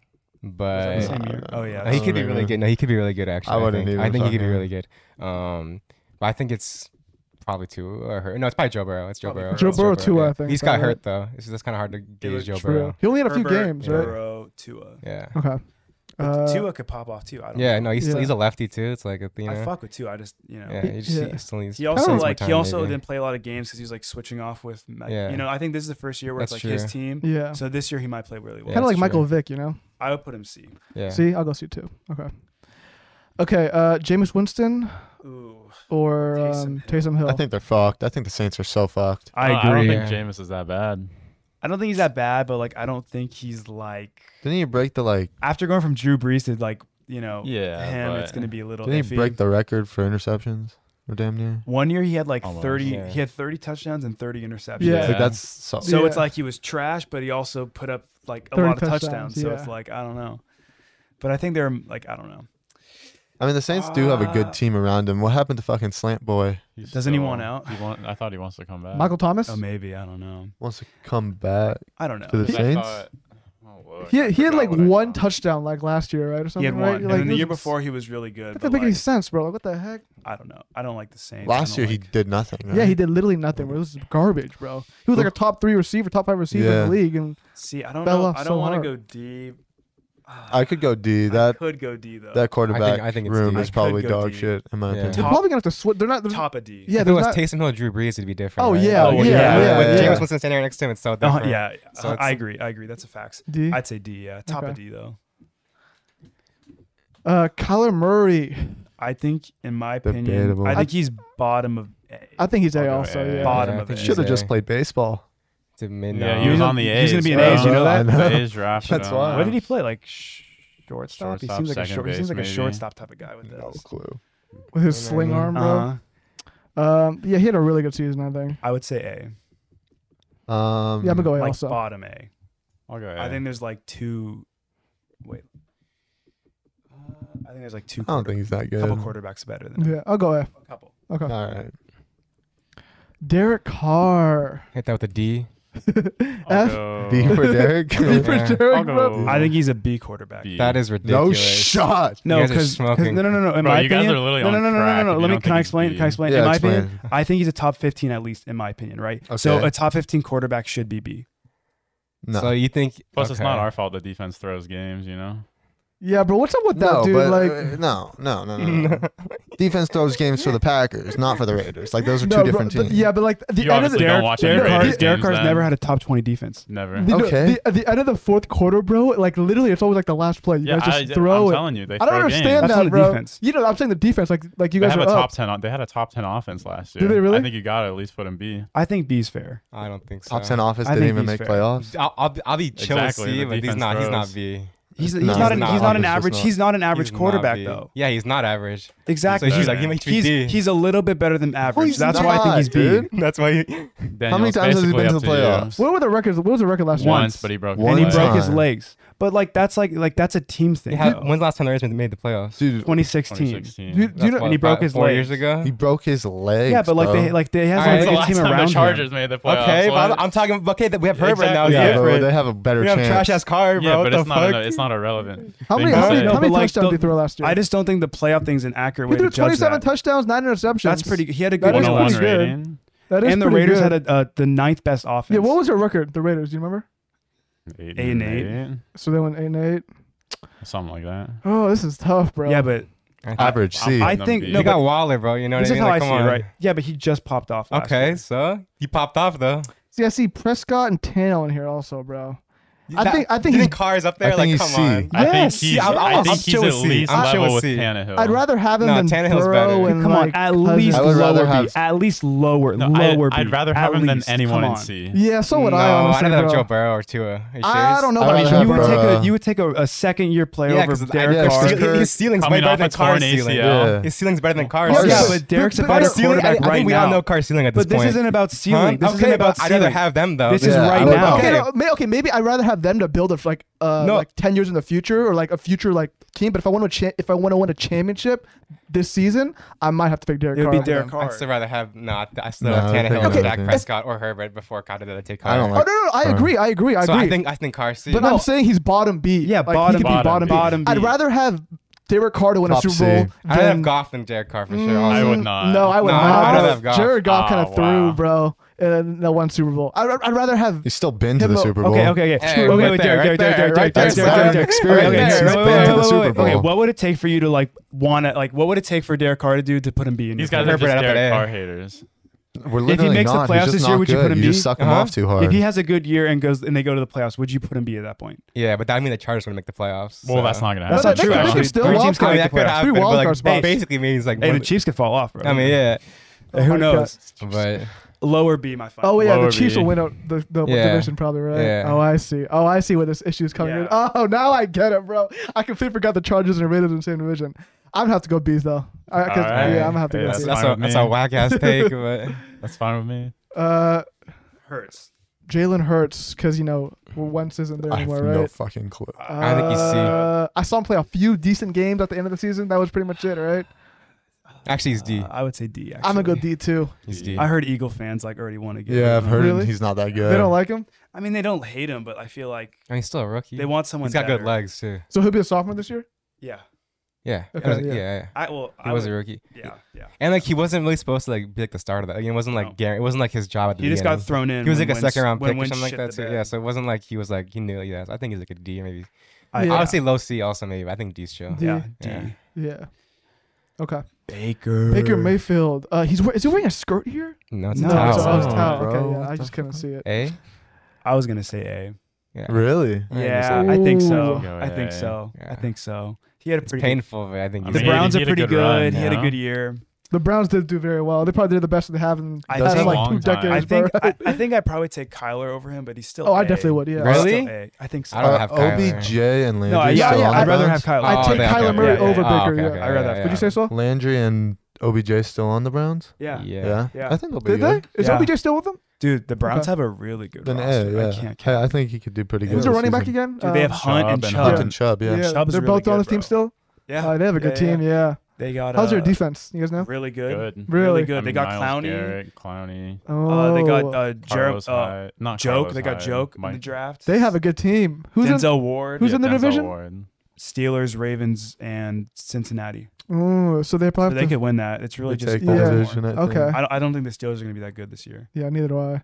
the but same year? Oh, yeah, Uh, he could be Uh, really good. No, he could be really good. Actually, I, wouldn't think. even I think he fucking- could be really good. Um, but I think it's probably two or her. No, it's probably Joe Burrow. It's Joe Probably Burrow. Joe It's Burrow, too, I think, He's probably, got hurt though. It's, that's kind of hard to was gauge Joe True. Burrow. He only had a few Herbert, games, yeah. right? Burrow, Tua. Yeah. Okay. Uh, But Tua could pop off too. I don't Yeah. know. No, he's still, Yeah. he's a lefty too. It's like a you know. I fuck with Tua. I just, you know. yeah. He, just, Yeah. he still needs. He also Kinda like more he time, also maybe. didn't play a lot of games because he was like switching off with like, Yeah. you know I think this is the first year where it's That's like his true. team. yeah. So this year he might play really well. kind of that's like Michael true. Vick, you know. I would put him C. Yeah. See, I'll go C too. Okay. Okay. Uh, Jameis Winston Oooo. or Taysom um, Hill. Taysom Hill. I think they're fucked. I think the Saints are so fucked. I Uh, I don't agree. think Yeah. Jameis is that bad. I don't think he's that bad, but like I don't think he's like Didn't he break the like? after going from Drew Brees to like you know Yeah, him, but- it's gonna be a little Didn't he iffy. break the record for interceptions? Or damn near. One year he had like Almost. thirty. Yeah. He had thirty touchdowns and thirty interceptions. Yeah. Like that's so. So Yeah. it's like he was trash, but he also put up like a 30 lot of touchdowns, touchdowns. So yeah. it's like I don't know. But I think they're like I don't know. I mean, the Saints do have a Ah. good team around him. What happened to fucking Slant Boy? He's Doesn't he still- want out? He want, I thought he wants to come uh, back. Michael Thomas. Oh, maybe I don't know. Wants to come back. I don't To know. the- 'Cause I Saints? thought- oh, look, he I he had forgot like what I one saw. touchdown like last year, right, or something. He had right? Like, one, and then the this year is- before he was really good. That But doesn't make any like, sense, bro. Like, what the heck? I don't know. I don't like the Saints. I Last don't year he like- did nothing. Yeah, right? he did literally nothing. Bro. This is garbage, bro. He was like a top three receiver, top five receiver Yeah. in the league, and See, I don't fell know. off I so don't want hard. to go deep. Ah, I could go D. I That could go D though. that quarterback I think it's room D. is I could probably go dog D. shit in my Yeah. opinion. they're Top- probably gonna have to switch. They're not. There's, top of D. yeah, if it they're was not. Taysom Hill, Drew Brees, it'd be different. Oh, right? yeah, Oh, yeah, yeah, yeah, With yeah. James Winston standing right next to him, it's so Uh, different. yeah, So I- I it's- agree. I agree. That's a fact. D. I'd say D. Yeah, top of Okay. D though. Uh, Kyler Murray. I think, in my opinion, Debatable. I think he's bottom of. eh, A. I think he's A I'll go also. A. Yeah. Bottom Yeah, I of think it. Should have Yeah. just played baseball. To mid- Yeah, no. he was He's on a- the A's. he's gonna be an bro. A's, you know that? I know. A's drafted That's him. why. Where did he play? Like sh- shortstop. Shortstop, he seems like a second short. He base, seems like maybe. a shortstop type of guy with No this. clue. With his You know what I sling mean? arm, bro. Uh-huh. Um, yeah, he had a really good season, I think. I would say A. Um, Yeah, I'm gonna go A Like also. bottom A. I'll go. I A. think there's like two. Wait. Uh, I think there's like two. I don't think he's that A good. couple quarterbacks better than him. Yeah, I'll go A. A couple. Okay. All right. Derek Carr. Hit that with a D. I'll F- go Oh. D for Derek. D for Yeah. Derek, I'll bro. go I think he's a B quarterback. B. That is ridiculous. no shot. No, guys are because no, smoking. no, no, no. In Bro, my you guys opinion, are literally no, no, on no, no, no, crack no, if no. you Let me don't can think I he's explain? B. Can I explain? Yeah, in my explain. opinion, I think he's a top fifteen at least. In my opinion, right? So Okay. a top fifteen quarterback should be B. No. So you think? Plus, it's not okay. our fault the defense throws games. You know. Yeah, bro. What's up with that, no, dude? but like, uh, no, no, no, no. no. Defense throws games for the Packers, not for the Raiders. Like those are two no, bro, different th- teams. yeah, but like the You end of the obviously don't watch any Derek Raiders Carr- games. Derek Carr's then. never had a top twenty defense. Never. the, Okay. the, at the end of the fourth quarter, bro. Like literally, it's always like the last play. You yeah, guys I, just throw I'm it. telling you, they I don't throw understand games. That's that, on the bro. defense. You know, I'm saying the defense. Like, like you They guys have are a up. top ten. o- They had a top ten offense last Do year. they really? I think you got to at least put him B. I think B's fair. I don't think so. Top ten office I didn't think even he's make fair. playoffs. I'll, I'll, I'll be chill Exactly, with C, the but he's defense not. He's not throws. B. He's, he's No, not he's an not. he's not an He's just average not. he's not an average He's not quarterback B. though. Yeah, he's not average. So Exactly. he's better. like he makes me He's, D. he's a little bit better than average. he's That's why I think not, he's B. dude. That's why. He, Daniel, many it's times has he basically been up to the playoffs? you. What were the records? What was the record last year? Once, but he broke. Once. And he his broke leg. his time. legs. But like that's like like that's a team thing. yeah, though. when's the last time the Raiders made the playoffs? Dude, 2016. Do 2016. you, do you That's know? what, and he broke five- his four years legs. ago. he broke his legs. yeah, but like bro. they like they has All like right. When's the a good last team time around the him. Chargers made the playoffs? Okay, but I'm, What? I'm talking. Okay, that we have Herbert now. Exactly. Yeah, yeah, but Yeah, they have a better we have chance. trash ass car, bro. yeah, what but the it's not. fuck? It's not irrelevant. How many? Thing to How many, say. how No, many but, like, touchdowns the- did he throw last year? I just don't think the playoff thing's an accurate he way threw to judge 27 that. touchdowns, nine interceptions. That's pretty. He had a good. That is 101 pretty good. rating. That is and the pretty Raiders good. had a, uh, the ninth best offense. Yeah, what was their record? The Raiders, do you remember? Eight Eight and So they went eight and eight. something like that. Oh, this is tough, bro. Yeah, but Average I'm- C. I Number think B. no. You got But Waller, bro. You know what this I is mean? how I Like, see come it, on. right? Yeah, but he just popped off. Last year. Okay, so he popped off though. see, I see Prescott and Tannehill in here also, bro. I That- think- I think he's- you think Carr's I up there. think Like, he's come C. on. I think Yes, he's. yeah, I'm- I I'm think he's chill at with C. least I'm chill level with with C. Tannehill. I'd rather have him No, than Tannehill's Burrow better. and Come on, like at Cousins. least I would rather lower B. have- At least lower, No, I- lower B. I'd rather At have him than least. anyone Come in on. C. Yeah, so would no, I honestly, I'd rather have bro. Joe Burrow or Tua. Are you I serious? don't know I'd about rather you. have You would Burrow. take Bruh. a you would take a, a second year player Yeah, over because Derek yeah, Carr. it's Carr. his ceiling's way Coming better off a than torn Carr's ACL. ceiling. Yeah. His ceiling's better than Carr's. Yeah, Yeah, Carr's- but Derek's but- a but better Carr's ceiling. I, I quarterback think right we now. all know Carr's ceiling at this but this point. isn't about Huh? ceiling. This okay, isn't about but I'd rather ceiling. have them though. This is Yeah, I right would- now. Okay, Okay. no, may, okay, maybe I'd rather have them to build a like uh No. like ten years in the future or like a future like team. But if I want to, cha- if I want to win a championship this season, I might have to pick Derek It would Carr. be over Derek them. Carr. I'd still rather have not. I still No, have I think Tannehill Okay. or Dak okay. Prescott or Herbert before Carr did that. Take Carr. I don't Oh no, like- no, no, I Carr. agree, I agree, I so agree. I think I think Carr C. but I'm saying he's bottom B. Yeah, Like, he bottom could be B. bottom B. Bottom B. I'd rather have Derek Carr to win Top a Super Bowl. C. I'd rather than- Mm, have Goff than Derek Carr for sure. I Also. would not. No, I would No, I'd not. rather have Goff. Jared Goff kind of Oh, threw, wow. bro, in that one Super Bowl. I'd, I'd rather have He's still been to the Himbo- Super Bowl. Okay, okay, okay. Hey, okay, right wait, there, Derek, Derek, right there, Derek, right Derek, there. Derek, Derek, That's Derek, better Derek, experience. Derek, He's Derek, been Derek, to the Derek, Super Derek, Bowl. Okay, what would it take for you to like want to like? What would it take for Derek Carr to do to put him B in? These your guys are Herbert just out of Derek it. Carr haters. We're literally makes the not. playoffs He's this just year, not would you good. put him You B? just suck him Uh-huh. off too playoff? hard. if he has a good year and goes and they go to the playoffs, would you put him B at that point? Yeah, but that would mean the Chargers would make the playoffs. Well, so. that's not gonna happen. That's not true, So- actually. still Three wild teams card coming at that the could playoffs. happen, Three but wild like, card spots. basically means like. Hey, the one- Chiefs could fall off, bro. I mean, yeah, Oh who my knows? but Lower B, my final. Oh yeah, Lower the Chiefs B. will win out the, the Yeah. division probably, right? Yeah. Oh, I see. Oh, I see where this issue is coming in. Yeah. Oh, now I get it, bro. I completely forgot the Chargers and Raiders in the same division. I'm gonna have to go B's though. I, 'cause- Alright. Yeah, I'm gonna have to Yeah, go that's B's. that's fine a with that's a me. whack ass take. But That's fine with me. Uh, Hurts. Jalen Hurts, because you know well, Wentz isn't there I have anymore, no right? fucking clue. I think he's C. Uh, I saw him play a few decent games at the end of the season. That was pretty much it, right? Actually, he's D. Uh, I would say D. Actually. I'm gonna go D too. He's D. I heard Eagle fans like already want to get. Yeah, I've heard Really? he's not that good. They don't like him, I mean, they don't hate him, but I feel like and he's still a rookie. they want someone. he's got better. good legs too. so he'll be a sophomore this year. Yeah. Yeah. Okay, Uh, yeah. yeah. yeah. I well, He I was would- a rookie, Yeah, yeah. and like he wasn't really supposed to like be like the starter. Like, it wasn't like No. Gar- It wasn't like his job at the He just beginning. got thrown in. He was when like a Wentz- second round when pick or Wentz something like shit that the too. bed. Yeah, so it wasn't like he was like he knew. Yeah, so I think he's like a D maybe. I, Yeah. I yeah. would say low C also maybe. but I think D's chill. D. yeah, Yeah. D. Yeah. Okay. Baker. Baker Mayfield. Uh, he's wear- is he wearing a skirt here? No, it's No, a oh, it's a- oh, towel. Eh? it's a Oh, towel. bro, Okay, what yeah, I the just couldn't see it. A. I was gonna say Yeah. Really? I A. think Yeah, so. I think Ooh. so. Go I think A. so. I Yeah. think so. He had a It's pretty. good- painful, but I think I the mean, Browns he are did a pretty good. good run, he had a you know? good year. The Browns did do very well. They probably did the best they have in I the past, think- like Long two time. decades. I think bro. I, I think I probably take Kyler over him, but he's still. oh, I A. definitely would. Yeah. Really? He's still A. I think so. I don't Uh, have Kyler. OBJ and Landry. no, I, yeah, still yeah, on I'd the rather have Browns? Kyler. I take Oh, okay, Kyler okay, Murray yeah, yeah, over yeah. Oh, Baker, okay, yeah. okay, I'd rather have- Would you say so? Landry and OBJ still on the Browns? yeah. Yeah. Uh, Yeah. Yeah. I think they'll be Did they? good. Is Yeah. OBJ still with them? Dude, the Browns Okay. have a really good Then roster. A, yeah. I can't. Hey, I think he could do pretty good. Who's the this running back season. agagon Dude, they have Hunt Chubb and and Chubb. Hunt Yeah. and Chubb, yeah. Yeah, Chubb's they're really both on good, this team bro. still. Yeah, Uh, they have a yeah, good team. Yeah. Yeah. They got. How's their uh, defense? You guys know? Really good. Good. Really? good. I They mean, got Myles Clowney. Garrett, Clowney. Oh, Uh, they got uh, Jer- Carlos uh, Hyde- not joke. Carlos They got Hyde, joke in the Mike- draft. They have a good team. Who's in? Denzel Ward, who's yeah, in the Denzel division? Ward. Steelers, Ravens, and Cincinnati. Ooh, so they So probably they have to, could win that. It's really They just take the Baltimore. division, eh? I think. Okay. I don't, I don't think the Steelers are going to be that good this year. Yeah, neither do I.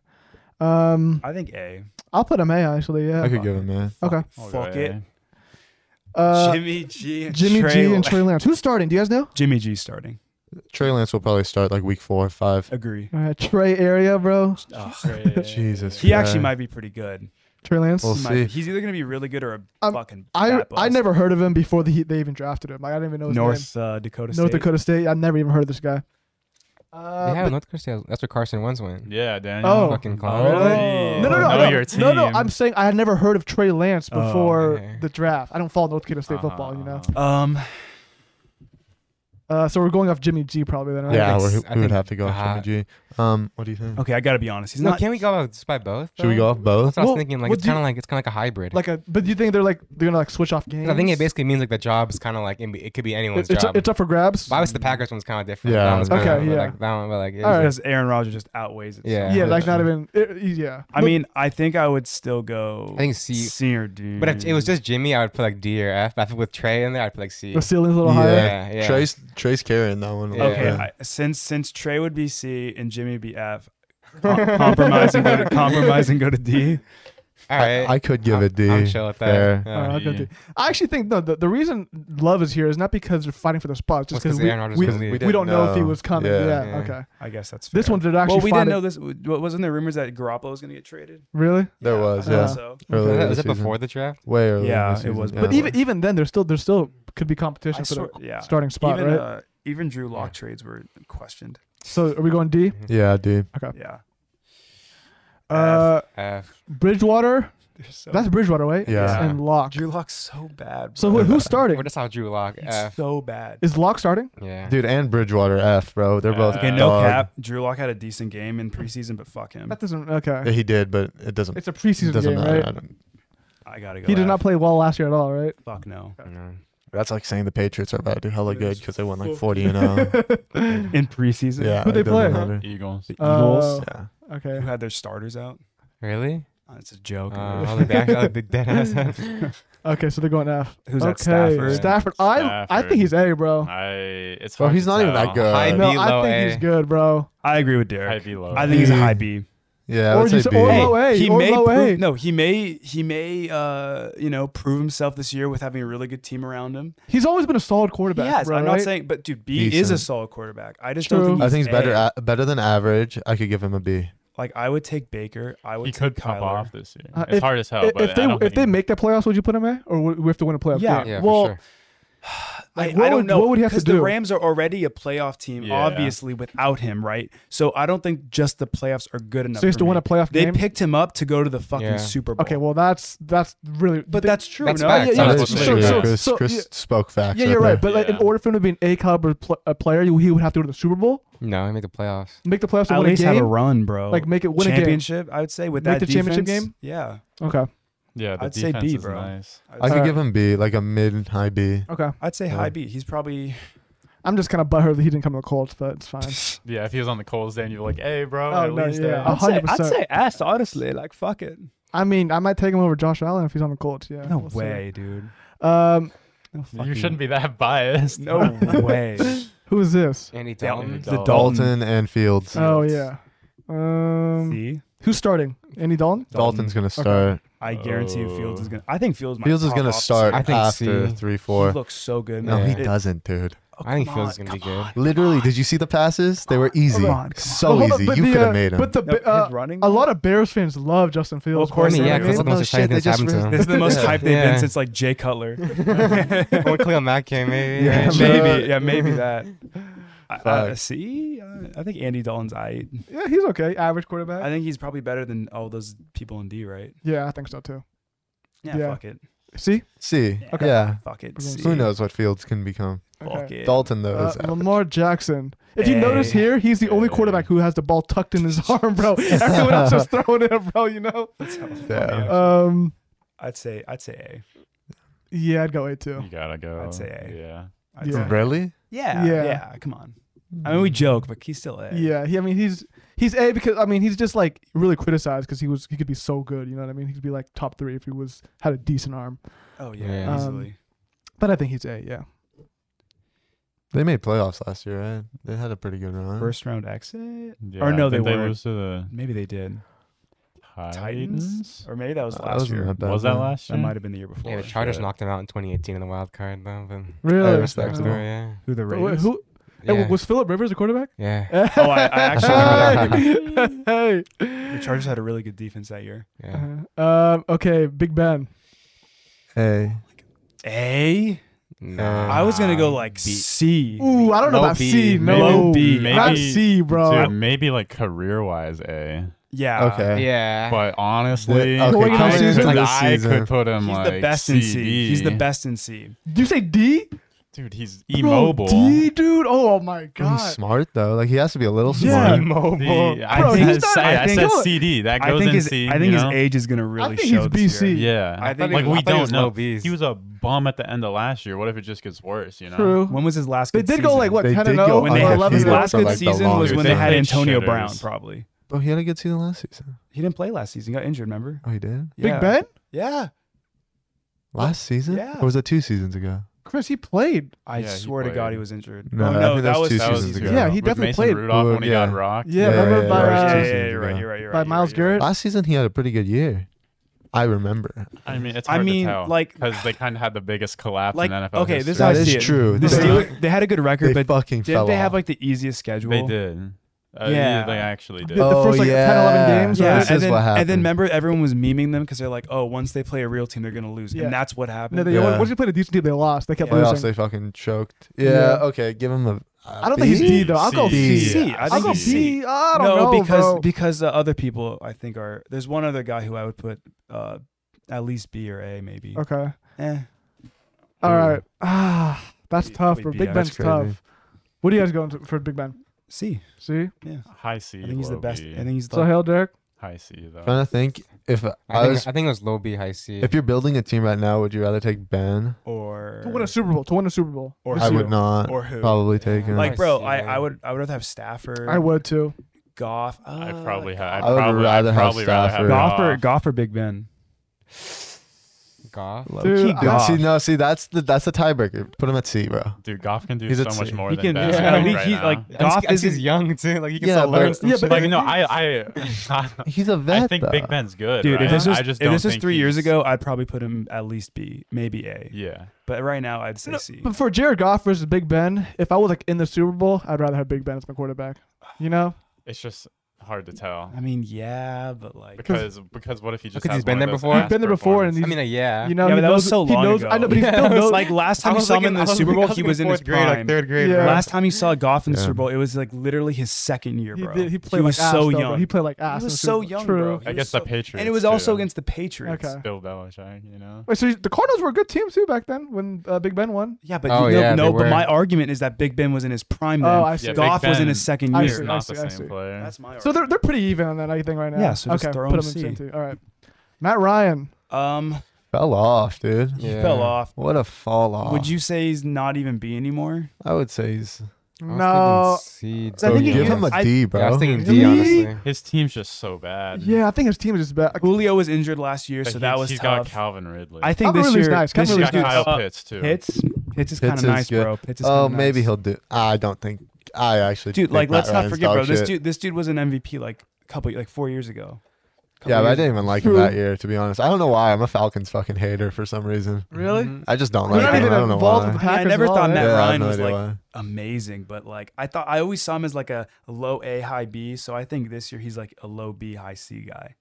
Um, I think A. I'll put him A actually. I Yeah. could give him that. Fuck- Okay. I'll go Fuck it. A. Uh, Jimmy G. And Jimmy Trey G Lan- and Trey Lance. Who's starting? Do you guys know? Jimmy G. starting. Trey Lance will probably start like week four or five. Agree. All right, Trey area, bro. Oh, Ugh. Jesus. He actually Christ. might be pretty good. Trey Lance. We'll He might see. be- He's either going to be really good or a Um, fucking. I fat bust. I never heard of him before the, they even drafted him. Like I didn't even know his North uh, Dakota name. State. North Dakota State. I never even heard of this guy. Yeah, Uh, but- North Carolina. That's where Carson Wentz went. Yeah, Daniel. Oh. Fucking Oh, clown. no, no, no, know no, your no, no. team. I'm saying I had never heard of Trey Lance Oh, before okay. the draft. I don't follow North Dakota State football, you know. Uh-huh. Um, Uh, so we're going off Jimmy G probably then. Right? Yeah, I we're, think- I we would think- have to go off Jimmy G. Um, what do you think? okay, I got to be honest. He's No, not. can we go out just by both? Should we go though? off both? That's what I Well, was thinking. Like what it's do you- kind of like it's kind of like a hybrid. Like a, but do you think they're like they're gonna like switch off games? I think it basically means like the job is kind of like in- it could be anyone's It's, it's, job. it's up for grabs. But obviously the Packers one's kind of different. Yeah. That one's kinda- Okay, but, yeah. Like, that one, but like it's All right. just- because Aaron Rodgers just outweighs it. so Yeah. yeah, like that's- not even. It, yeah. I Look, mean, I think I would still go. I think C. senior dude. But if it was just Jimmy, I would put like D or F. But I think with Trey in there, I'd put like C. the ceiling's a little higher. Yeah, yeah. Trace Trace carrying that one. a little okay, bit. Yeah. I, since since Trey would be C and Jimmy would be F, com- compromise and go to compromise and go to D. All right. I could give I'm- it D. I'm chill with Fair. that. Yeah. Uh, Yeah. okay, dude. I actually think no. The, the reason Love is here is not because they're fighting for the spot, just Just because because we, Aaron Rodgers we, is we, gonna we leave. didn't don't know. if he know. was coming. Yeah. Yeah. Yeah. Okay. I guess that's fair. This one did actually. Well, we find didn't it- know this. w- Wasn't there rumors that Garoppolo was going to get traded? Really? There Yeah, was, I thought yeah. So Earlier was that, this was it season. before the draft? Way earlier. Yeah, this it was, season. But Yeah. even even then, there's still there's still could be competition I for the swear- yeah. starting spot, even right? uh, even Drew Lock Yeah. trades were questioned. so are we going D? yeah, dude. Yeah, Uh, F. Bridgewater. They're so- That's Bridgewater, right? Yeah. And Locke. Drew Lock's so bad. So bro. who, who's starting? We're just all Drew Lock. He's F. so bad. Is Locke starting? Mm. Yeah. Dude, and Bridgewater F, bro. They're both. Okay, And no dog. cap. Drew Lock had a decent game in preseason, but fuck him. That doesn't. Okay. Yeah, he did, but it doesn't. It's a It preseason doesn't game, matter. I right? don't- I gotta go. He did F. not play well last year at all, right? Fuck no. No. That's like saying the Patriots are about to do hella good because they won like Fuck. forty and zero. In preseason, Yeah. Who'd they it doesn't play? matter. Oh, Eagles. the Uh, Eagles Yeah. Okay. who had their starters out. Really? Oh, it's a joke. Uh, all the back, all the dead ass. Okay, so they're going F. Who's okay. that? Stafford. Stafford. I I think Stafford. he's A, bro. I. It's Bro, hard he's to not even tell. that good. High no, B, I low think A. he's good, bro. I agree with High Derek. B low. I think he's a B. high B. Yeah. I or would say just B. or Hey, low A. he or may low A. prove, no, he may he may uh you know prove himself this year with having a really good team around him. He's always been a solid quarterback. Yes, bro, I'm not right? saying, but dude, B is a Decent. solid quarterback. I just True. don't think I he's, think he's better A. at, better than average. I could give him a B. like I would take Baker. I would He could take Kyler. pop off this year. Uh, it's if- hard as hell. If- but if I don't they if they think- make the playoffs, would you put him A, or would we have to win a playoff? Yeah. game? Yeah, well, for sure. Like, I, what I don't would- know what would he have to 'cause do? The Rams are already a playoff team, Yeah. obviously without him, right? So I don't think just the playoffs are good enough. so he has for to win me. a playoff They game. picked him up to go to the fucking Yeah. Super Bowl. okay, well that's that's really. but they- that's true. That's no? facts. Yeah, That so- is so- true. so- Chris, so- Chris yeah. spoke facts. yeah, you're there. right. But like, in Yeah. order for him to be an A caliber pl- uh, player, you- he would have to go to the Super Bowl, No, I make the playoffs. make the playoffs, and At win a least have a game, run, bro. like make it win a game. championship, I would say with Make that the championship defense. game? Yeah, Okay, Yeah, the I'd say B, defense is bro. nice. I'd, I could Alright. give him B, like a mid high B. Okay. I'd say Yeah. high B. He's probably I'm just kind of butthurt that he didn't come to the Colts, but it's fine. Yeah, if he was on the Coles day and you're like, hey, bro, Oh, at no, least yeah. uh, I'd say- I'd 100%. say ass, honestly. Like, fuck it. I mean, I might take him over Josh Allen if he's on the Colts. Yeah. No we'll see. way, dude. Um, No you fucking- shouldn't be that biased. No way. who is this? Andy Dalton. Dalton. Dalton. Dalton. Dalton and Fields. Oh yeah. Um, See? who's starting? Andy Dalton. Dalton's gonna start. I guarantee you Fields is Oh. gonna. I think Fields. Might Fields is pop gonna off this start year. I think after C. three He four. looks so good. No, man. he Yeah. doesn't, dude. Oh, I think come Fields is on, gonna be come good. on, Literally, come did you see the passes? They were easy, on, come on. But so hold on, easy. but You the, could uh, have made him. But the No, bi- uh, his running. a lot of Bears fans love Justin Fields. Well, of course I you mean, know yeah, what I because that's mean? the most Oh, exciting shit, thing they that's happened just to him. This is the most hype they've Yeah. been since like Jay Cutler. One click on that game, maybe. Yeah, right? man. maybe, yeah, maybe that. I, I, Fuck. see, Uh, I think Andy Dalton's I. yeah, he's okay. Average quarterback. I think he's probably better than all those people in D, right? yeah, I think so too. Yeah, Yeah. fuck it, See. See, Okay. yeah. fuck it. We're gonna C. Who knows what Fields can become? Fuck it. Dalton though. Uh, is Lamar Jackson. If you notice Hey. here, he's the only Hey. quarterback who has the ball tucked in his arm, bro. Everyone else is throwing it, up, bro. You know. Oh, That's hella funny, Yeah. actually. Um. I'd say, I'd say Yeah, I'd go A too. You gotta go. I'd say A. Yeah. A. I'd Yeah. say, really? yeah, Yeah. yeah, Come on. I mean, we joke, but he's still A. Yeah, he, I mean he's he's A because I mean he's just like really criticized because he was he could be so good. You know what I mean? He could be like top three if he was had a decent arm. Oh yeah, Yeah. Um, easily. But I think he's A. Yeah. They made playoffs last year, right? They had a pretty good run. First round exit. yeah. Or no, did they they weren't. lose to the Maybe they did. Titans. Or maybe that was Uh, last wasn't year. that bad, Was that man. last That year? might have been the year before. Yeah, the Chargers shit. knocked him out in 2018 in the wild card, though. But Really? Oh, respect Backdoor, yeah. Who the Who? Ravens? who- hey, Yeah. was Philip Rivers a quarterback? yeah. Oh, I- I actually remember that. hey. The Chargers had a really good defense that year. yeah. Uh-huh. Um, okay, Big Ben. Hey, A. No. I was gonna go like B. C. Ooh, I don't know Low about B. C. No, Low B. not Maybe- C, bro. Dude, maybe like career wise A. Ah, Yeah. Okay. Yeah. But honestly, okay, Going into I, season? could- this I season. could put him He's like the best in C. CD. He's the best in C. Did you say D? Dude, he's Bro, immobile. D, dude. Oh my he's god. smart though. Like he has to be a little Yeah. smart. The- Immobile. I, Bro, think, I, he's not- said- I I think- said Look, CD. That I goes think in his C. I think you his know? age is gonna really think show. he's this BC. year. Yeah. I think like he- I we thought he don't was know. low Bs. He was a bum at the end of last year. What if it just gets worse? You know. True. When was his last? they good did go season? like what They ten and did go zero or oh When they, undefeated eleven. his and for, 0? last good like, the season longest was when they time. had They Antonio shitters. Brown. Probably Bro, he had a good season last season. he didn't play last season. He got injured. Remember? Oh, he did. Big Yeah. Ben? Yeah. Last season? Yeah. Or was that two seasons ago? Chris, he played. I Yeah, he swear to played. God, he was injured. No, oh, I no, think that that's was two That was seasons the- ago. Yeah, he with definitely Mason played. Rudolph when he Well, yeah. got rocked. Yeah, Yeah, remember yeah, by, uh, yeah, yeah, yeah, yeah, yeah, yeah, yeah, you're right, you're right, you're by right. Miles Garrett? Last season he had a pretty good year. I remember. I mean, it's I hard mean, to tell. like- because they kind of had the biggest collapse Like, in NFL okay, this history. is how I That is see it. true. The They- Steelers, they had a good record, They but fucking did fell they have off. like the easiest schedule? They did. Uh, Yeah. yeah, they actually did. the Oh, first, like, 10, 11 games, Yeah, right? This and is then, what happened. And then remember, everyone was memeing them because they're like, "Oh, once they play a real team, they're gonna lose," Yeah. and that's what happened. No, they Yeah. once you played a decent team, they lost. They kept Yeah. playoffs losing. they fucking choked. Yeah, Yeah. okay, give him a. uh, a I don't think he's B? D though. I'll go C. C. C, I I think will go he's C. I don't no, know, because bro. because uh, other people I think are there's one other guy who I would put uh, at least B or A maybe. okay. Eh. All Ooh. right. Ah, that's Wait, tough, wait, bro. B, Big yeah, Ben's that's crazy. tough. What are you guys going to, for Big Ben? C. See, High C. I think he's the low best. B. I think he's the so hail Derek. High C though. trying to think if I, I think, was. I think it was low B, high C. if you're building a team right now, would you rather take Ben? or To win a Super Bowl. To win a Super Bowl. or I who? would not. or who? Uh, probably take him. Like, bro, I, I see, I man. would I would rather have Stafford, I would too. Goff. Uh, I probably have. I would probably, I'd rather have probably rather Stafford. have Goff or Goff or Big Ben. Goff. Low Dude, key I- Dude, Goff. see, no, see, that's the that's the tiebreaker. Put him at C, bro. Dude, Goff can do He's so at much C. more He than can- that. yeah, I mean, right he's now. like- And he's- Goff and he's isn't- young too. Like you can Yeah, still learn but- some yeah, shit. Like no, I I He's a vet. I think though. Big Ben's good. Dude, right? if this was I just if don't this was think three years he's- ago, I'd probably put him at least B, maybe A. yeah, But right now, I'd say No, C. but for Jared Goff versus Big Ben, if I was like in the Super Bowl, I'd rather have Big Ben as my quarterback. You know? it's just hard to tell I mean, yeah, but like, because because what if he just Because has he's been one of there those before? ass He's been there before, and performances? he's I mean, like, yeah. you know yeah, he but that knows, was so he long knows, ago. I know, but he Yeah, still it was knows. like last time I you was saw like him in the I was Super like- Bowl, I was he like was in his fourth grade, prime. like third grade. Yeah. bro. Last time you saw Goff in the Yeah. Super Bowl, it was like literally his second year, he, bro. did, he played was like ass, so though, bro. young. He played like ass. He in the was Super so Bowl. young, True. bro. He I was guess so, the Patriots, and it was too. also against the Patriots. Okay. Bill Belichick. You know, Wait, so the Cardinals were a good team too back then when uh, Big Ben won. Yeah, but Oh, you know, yeah, they no. But were. my argument is that Big Ben was in his prime then. Oh, I see. Yeah, Big Goff was in Ben his second I he's see, year. I not see, the I same see. player. That's my. So they're they're pretty even on that I think right now. Yeah, so just okay, throw put him him in C. same team. All right, Matt Ryan. Um, Fell off, dude. he fell off. What a fall off. Would you say he's not even B anymore? I would say he's. No, I I think he give is- him a D, I- bro. yeah, I was thinking Really? D, honestly. His team's just so bad. yeah, I think his team is just bad. Julio was injured last year, But so he- that was he's tough. got Calvin Ridley. I think Calvin this Ridley's year, nice. this he's Calvin year's got Ridley's Kyle uh, Pitts too. Hits, hits is Pitts kind of is nice, good. bro. Pitts is oh, kinda maybe nice. he'll do. I don't think. I actually. dude. think like, Matt let's not Ryan's forget, dog bro. This shit. dude, this dude was an MVP like a couple, like four years ago. Couple Yeah, but I years didn't even like him that year, to be honest. I don't know why. I'm a Falcons fucking hater for some reason. Really? I just don't You're like not him. even I don't know involved why. with the I mean, I Packers never at all, thought eh? yeah, Matt I have Ryan no was idea like why. amazing, but like I thought, I always saw him as like a, a low A, high B. So I think this year he's like a low B, high C guy.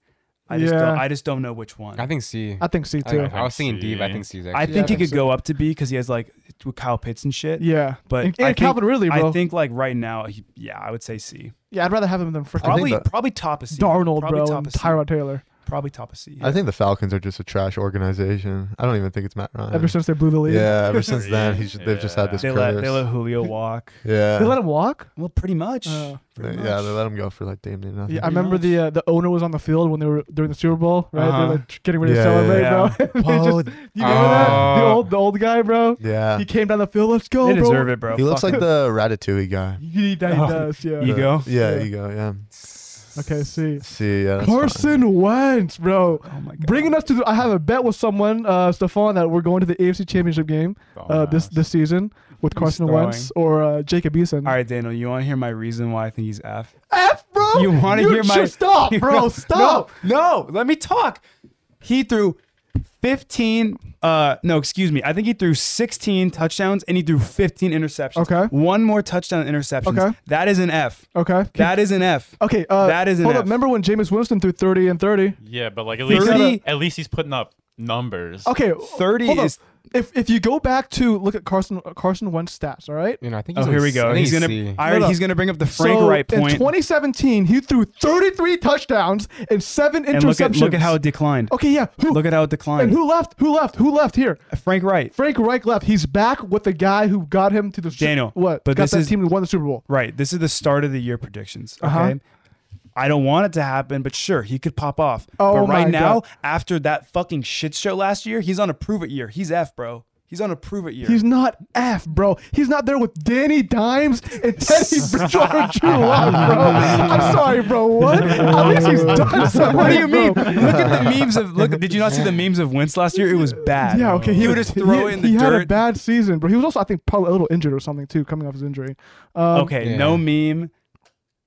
I just, don't, Yeah. I just don't know which one. I think C. I think C I, too. I, was thinking D, but I C. think C's I actually. think Yeah, he could so- go up to B because he has like with Kyle Pitts and shit. Yeah, But and, I and think- Calvin Ridley, bro. I think like right now, he, yeah, I would say C. yeah, I'd rather have him than freaking Probably, that- probably top of C. Darnold, probably bro, Top and of C. Tyrod Taylor. Probably top of C. I think the Falcons are just a trash organization. I don't even think it's Matt Ryan. Ever since they blew the lead, yeah, ever since then, Yeah. he's just, they've just had this they curse. let they let Julio walk. yeah, they let him walk. Well, pretty much. Uh, They- Pretty yeah, much. they let him go for like damn near nothing. Yeah, I Pretty remember much. the uh, the owner was on the field when they were during the Super Bowl, right? They Uh-huh. were like tr- getting ready Yeah, Uh, to celebrate, yeah, bro. They just- you remember that? The Oh. old the old guy, bro. yeah. He came down the field. Let's go, they bro. deserve it, bro. He looks Fuck like the Ratatouille guy. He, that he Oh. does, yeah. You The- go? Yeah, Yeah. you go. Yeah. Okay, see. See, yeah. that's fine. Carson Wentz, bro. it. Oh my god. Bringing us to, the, I have a bet with someone, uh, Stefan, that we're going to the AFC Championship game uh, this this season with Oh, He's Carson throwing. Wentz or uh, Jacob Eason. All right, Daniel, you want to hear my reason why I think he's F? F, bro. You wanna hear my- just stop, Oh, bro? No, Stop. No, let me talk. He threw 15 uh no, excuse me. I think he threw 16 touchdowns and he threw 15 interceptions. Okay. One more touchdown interception. Okay. That is an F. Okay. That is an F. Okay. Uh, that is an hold F. up. Remember when Jameis Winston threw thirty and thirty? Yeah, but like at least 30 at least he's putting up numbers. Okay. 30 hold up. is If if you go back to look at Carson Carson Wentz stats, all right. You know, I think Oh, he's here we go. He's going gonna. to. I No, already- no. He's gonna bring up the Frank so Wright in point. 2017, he threw 33 touchdowns and seven interceptions. and look at look at how it declined. Okay, yeah. Who Look at how it and declined. Uh, who left? Who left? Who left here? Frank Wright. Frank Reich left. He's back with the guy who got him to the Su- Daniel, What? but got this that is- team that won the Super Bowl. Right. This is the start of the year predictions. Okay. Uh-huh. I don't want it to happen, but sure, he could pop off. Oh but my right now, God. after that fucking shit show last year, he's on a prove it year. He's F, bro. He's on a prove it year. He's not F, bro. He's not there with Danny Dimes and Teddy Bridgewater True Love, bro. I'm sorry, bro. What? At least he's done something. what do you mean? bro. Look at the memes of look. Did you not see the memes of Wentz last year? It was bad. Yeah, okay. He would was- just throw he, it in the he dirt. had a bad season, but he was also, I think, probably a little injured or something too, coming off his injury. Um, okay, Yeah. no meme.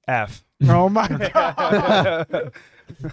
F. Oh my god. He,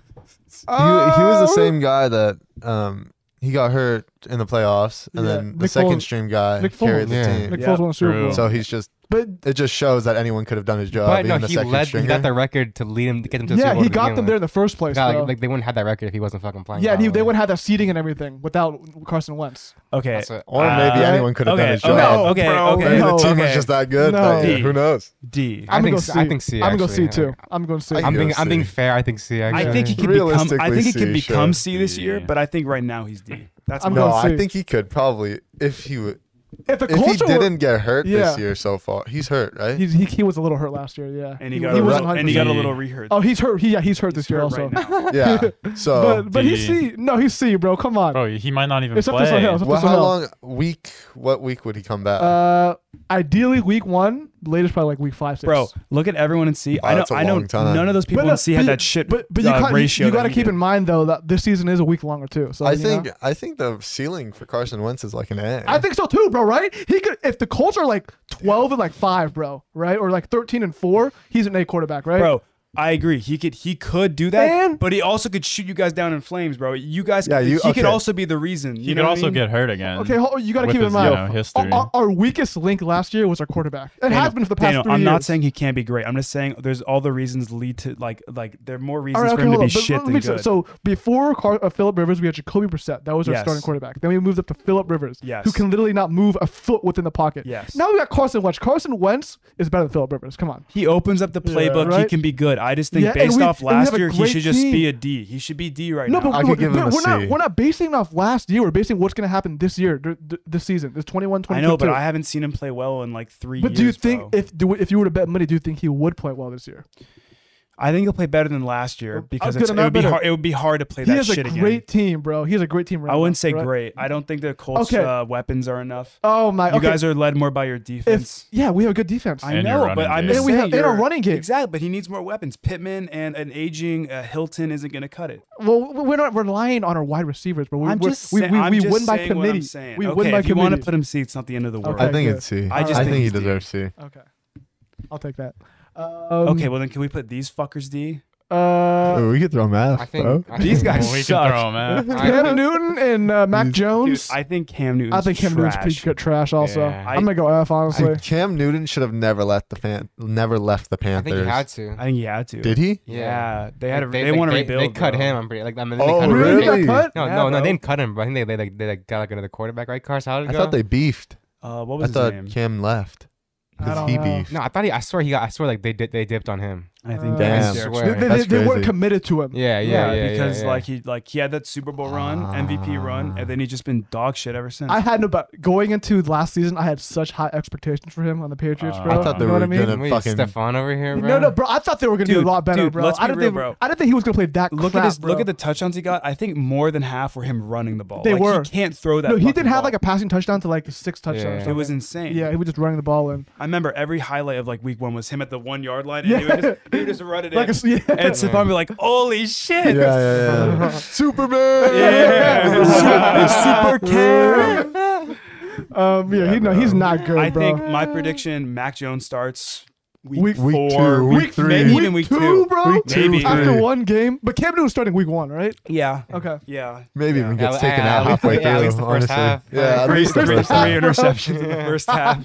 he was the same guy that um he got hurt in the playoffs, and Yeah. then the Nick second Foles- stream guy Nick carried Foles. the Yeah. team. Nick Yeah. Foles won the Super True. Bowl. So he's just. but It just shows that anyone could have done his job. But no, even the he second led. He Stringer. got the record to lead him to get him to. the Super yeah, Bowl he to got begin them with. there in the first place. God, though. like, like they wouldn't have that record if he wasn't fucking playing. yeah, and he, they probably. would have that seating and everything without Carson Wentz. Okay. That's what- Or maybe Uh, anyone could have okay, done his okay, job. okay, Bro, okay, maybe the no, team was okay. just that good. No. that year. D. Who knows? D. I I'm think gonna C- go I C. think C, I'm gonna go actually. C too. I- I'm going C. I- I'm being. I'm being C. fair. I think C. Actually. I think he could become. I think he could Realistically, become sure. C this year, D. but I think right now he's D. That's I'm my- going No, C. I think he could probably if he would. if the If he culture were- didn't get hurt Yeah. this year so far, he's hurt, right? he's, he, he was a little hurt last year. Yeah, and he, He- got he a, wasn't little- and he got a 100%. little rehurt. Oh, he's hurt. He yeah, he's hurt He's this year hurt also. right now. yeah. So, but but he's D. C. No, he's C, bro. Come on. Bro, he might not even It's up to play. Sahil. It's up well, to how Sahil. long week? What week would he come back? Uh, ideally week one, latest probably like week five, six. Bro, look at everyone in C. Wow, I know. that's a I know. long time. None of those people no, in C had you- that shit. But but you uh, can't, ratio. you, you got to that he keep did. in mind though that this season is a week longer too. So I you know? think I think the ceiling for Carson Wentz is like an A. I think so too, bro. Right? He could if the Colts are like twelve and like five, bro. Right? Or like thirteen and four. He's an A quarterback, right? bro. I agree. He could. He could do that, And- but he also could shoot you guys down in flames, bro. You guys. Yeah, you- he could okay. also be the reason. You He know could what I also mean? get hurt again. Okay, hold, you got to With keep in his, mind you know, history. Our, our weakest link last year was our quarterback. It Daniel, has been for the past Daniel, 3 I'm years. not saying he can't be great. I'm just saying there's all the reasons lead to like like there are more reasons All right, for okay, him to hold be on. But shit let than me- good. so, so before Car- uh, Philip Rivers, we had Jacoby Brissett. That was our Yes. starting quarterback. Then we moved up to Philip Rivers, Yes. who can literally not move a foot within the pocket. Yes. Now we got Carson Wentz. Carson Wentz is better than Philip Rivers. Come on. He opens up the playbook. He right? can be good. I just think Yeah, and based we- off and we have last a year, he great should just be team. a D. He should be D right No, now. but I could but- give him but a we're not C. we're not basing off last year. We're basing what's going to happen this year, dur- th- this season, this 21 I 22. know, but I haven't seen him play well in like three But years. do you think bro. if do, if you were to bet money, do you think he would play well this year? I think he'll play better than last year Well, because Oh, good it's, it amount would be better. hard. It would be hard to play He that has a shit great again. team, bro. He has a great team. Right I now, wouldn't say right? great. I don't think the Colts Okay. uh, weapons are enough. Oh my! You okay. guys are led more by your defense. if yeah, we have a good defense. I And your know, running but I'm game. just And we saying have- and our you're- running game. Exactly, but he needs more weapons. Pittman and an aging uh, Hilton isn't going to cut it. well, we're not relying on our wide receivers, but we I'm we're- just we, saying- we, I'm we just win by saying what I'm committee. saying. We okay, win by if you committee. want to put him seats, not the end of the world. Um, Okay, I think good. it's C. I I just think think he it's D. deserves C. okay, I'll take that. Um, okay, well then can we put these fuckers D? Uh, we could throw math, I think bro. I These think- guys we suck. can throw him man. I Cam think- Newton and uh, Mac Dude, Jones. I think Cam Newton. I, think Cam Newton's trash. pretty good trash. Also, Yeah. I'm gonna go F honestly. And Cam Newton should have never left the fan, never left the I think Panthers. he had to. I think he had to. Did he? yeah. they had. Like, a, they, want to they, rebuild. They cut bro. him. I'm pretty like. I mean, Oh, they cut really? Him. They cut? No, Yeah, no, no. bro. They didn't cut him. But I think they they like they like got like another quarterback, right? Carson. I thought they beefed. Uh, what I was his thought name? Cam left I because don't he know. beefed. No, I thought he. I swear he got. I swear like they did. They dipped on him. I Damn. think that's I their- swear. They, they- That's they weren't crazy. committed to him. Yeah, yeah, yeah. yeah because yeah. like he like he had that Super Bowl run, MVP run, and then he's just been dog shit ever since. I had no but going into last season, I had such high expectations for him on the Patriots, Uh, bro. I thought they you know were what I mean? gonna Wait, fucking. Stefan over here, bro. No, no, bro. I thought they were gonna do Dude, a lot better, dude, bro. let's I be didn't real, think, bro. I didn't think he was gonna play that. Look crap, at his bro. look at the touchdowns he got. I think more than half were him running the ball. They Like, were. He can't throw that. No, he didn't fucking have ball. like a passing touchdown to like the sixth touchdown. Yeah. Or It something. It was insane. Yeah, he was just running the ball in. I remember every highlight of like week one was him at the one yard line, and he Yeah. would just he would just run it Like in. a, yeah. and Stephon would be like, "Holy shit!" yeah, yeah, yeah. Superman. Yeah. Super- Super Cam. um, yeah, he, no, he's not good, I bro. think my prediction: Mac Jones starts week, Week- four, Week two, week three. maybe even week week two, bro. Week two, Maybe. After three. one game, but Cam Newton was starting week one, right? Yeah, Okay. yeah. Maybe Yeah. even gets At- taken at out least- halfway yeah, at through. least the first honestly. half. Yeah, at Like, least Uh, the Three first half. interceptions in the first half,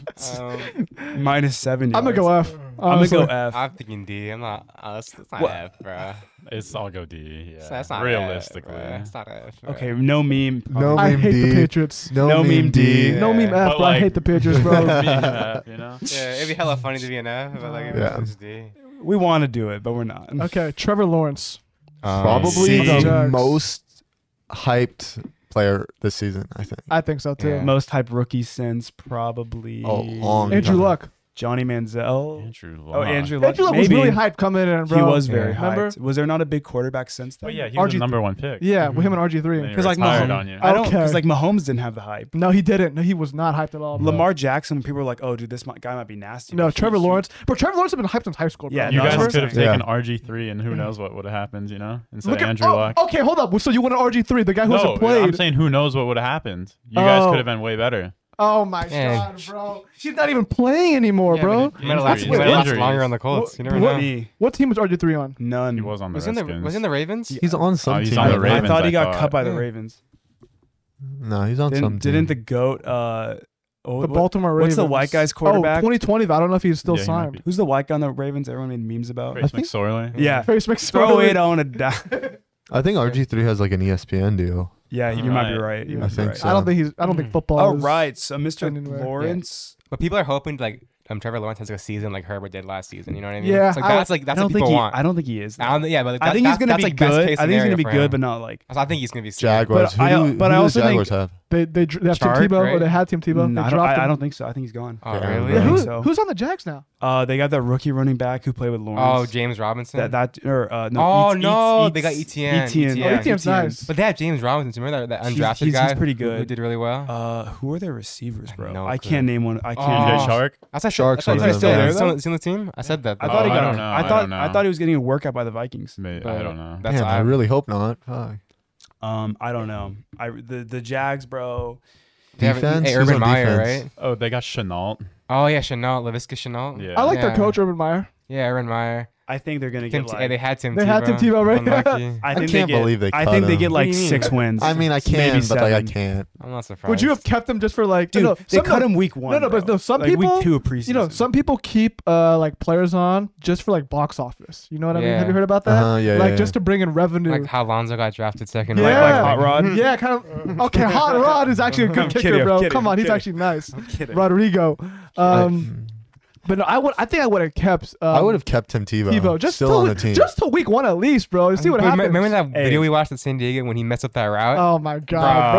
Um, minus seven. I'm gonna yards. go F. I'm honestly. gonna go F. I'm thinking D. I'm not. Uh, that's, that's not What? F, bro. It's I'll go D. Yeah, That's, that's not realistically. F, bro. That's not F. Bro. okay, no meme. No I meme hate the D. Patriots. No meme D. No meme F, But, bro. I like- hate the Patriots, bro. Being that, you know. Yeah, it'd be hella funny to be an F, but like, Yeah. yeah. it's D. We want to do it, but we're not. okay, Trevor Lawrence. Um, Probably C. the Jags. most hyped player this season. I think. I think so too. Yeah. Most hype rookie since probably Oh, long Andrew time. Luck. Johnny Manziel. Andrew Luck. Oh, Andrew Luck. Andrew Luck was Maybe. really hyped coming in, bro. He was very Yeah. hyped. Remember? Was there not a big quarterback since then? Well, yeah, he was RG3. the number one pick. Yeah, with him and RG And then three. he 'Cause, like, retired Mahomes- on you. I don't Okay. because like Mahomes didn't have the hype. No, he didn't. No, he was not hyped at all. bro. Lamar Jackson, people were like, "Oh, dude, this mi- guy might be nasty." No, but he- Trevor he- Lawrence. Bro, Trevor Lawrence has been hyped since high school. Bro. Yeah, You That's what guys I'm could have saying. taken RG three, and who knows what would have happened, you know, instead Look of at Andrew oh, Luck. Okay, hold up. So you won an RG three. The guy who no, hasn't played. I'm saying who knows what would have happened. You guys Oh. could have been way better. oh my Yeah. god, bro. He's not even playing anymore, bro. You might have lasted, Injuries. Injuries. longer on the Colts. You never What- know. Me, What team was RG three on? none. He was on the Was he in Redskins. the Was he in the Ravens? He's on some Oh, he's team. on the though, right? Ravens, I thought he I got thought. cut by the Yeah. Ravens. No, he's on some Didn't, didn't team. the goat? Uh, oh, The what- Baltimore what's Ravens. the white guy's quarterback? Oh, 2020. I don't know if he's still Yeah, he might signed. be. Who's the white guy on the Ravens? Everyone made memes about. Grace think- McSorley? Yeah, Trace McSorley. throw it on a die. I think RG3 has like an E ESPN deal. Yeah, you might be right. You I might be think right. so. I don't think he's. I don't think football. All is- Oh, right, so Mr. Turning away. Lawrence. But people are hoping like um, Trevor Lawrence has like a season like Herbert did last season. You know what I mean? Yeah, It's like, I- that's like that's I what don't think people he. want. I don't think he is. I don't think- yeah, but like, I that- think he's that's- gonna that's, be like, best good. case I think he's scenario gonna be for good, him. but not like. So I think he's gonna be sick. Jaguars. But I- who do, but who I do also the think- Jaguars have? They they dr- they have Tim Chark, Tebow or right? they had Tim Tebow. Mm, They I, don't, dropped I, I him. don't think so. I think he's gone. Oh Yeah, really? Yeah, think who, so. Who's on the Jags now? Uh, they got that rookie running back who played with Lawrence. Oh James Robinson. that that or uh, no. Oh, Eats- no, Eats- they got Eats- ETN. ETN. Oh, ETN ETN's 's nice. but they have James Robinson. Remember that, that He's- undrafted he's- he's guy? pretty who- Who good. did really well. Uh, who are their receivers, bro? no I clue. can't name one. I can't. TJ Oh. Shark. I thought Sharks I thought on he the was still Bears. there. Still, still on the team? I said that. I though. thought he Oh, I got. don't know. I I thought. don't I, know. thought he was getting worked out by the Vikings. May- I But don't know. That's Man, I I- really hope not. Fuck. Um, I don't know. I the the Jags, bro. They have- Defense? Hey, Who's Urban on Meyer, defense? right? oh, they got Chenault. Oh yeah, Chenault, Lavisca Chenault. Yeah. I like their Yeah. coach Urban Meyer. Yeah, Urban Meyer. I think they're gonna Tim get T- yeah, they like. had Tim. They had Tim Tebow, right? Unlucky. I I think can't they get, believe they I cut think they him. get What do like you mean? six wins. I mean, I Maybe can, but like I seven. can't. I'm not surprised. Would you have kept him just for like? Dude, no, they some- cut no, him week one. No, no, bro. but no. Some like people, week two of preseason. you know, some people keep uh like players on just for like box office. You know what I mean? Yeah. Have you heard about that? Uh-huh, yeah, like yeah, just to bring in revenue. like how Lonzo got drafted second? Yeah. Like, Hot Rod. yeah, kind of. Okay, Hot Rod is actually a good I'm kicker, kidding, I'm bro. kidding, Come I'm on, he's kidding. actually nice. I'm kidding. Rodrigo. Um, But no, I would. I think I would have kept. Um, I would have kept Tim Tebow. Tebow just still till- on the team. just till week one at least, bro. To see what Wait, me- happens. Remember that Hey. video we watched in San Diego when he messed up that route? Oh my god,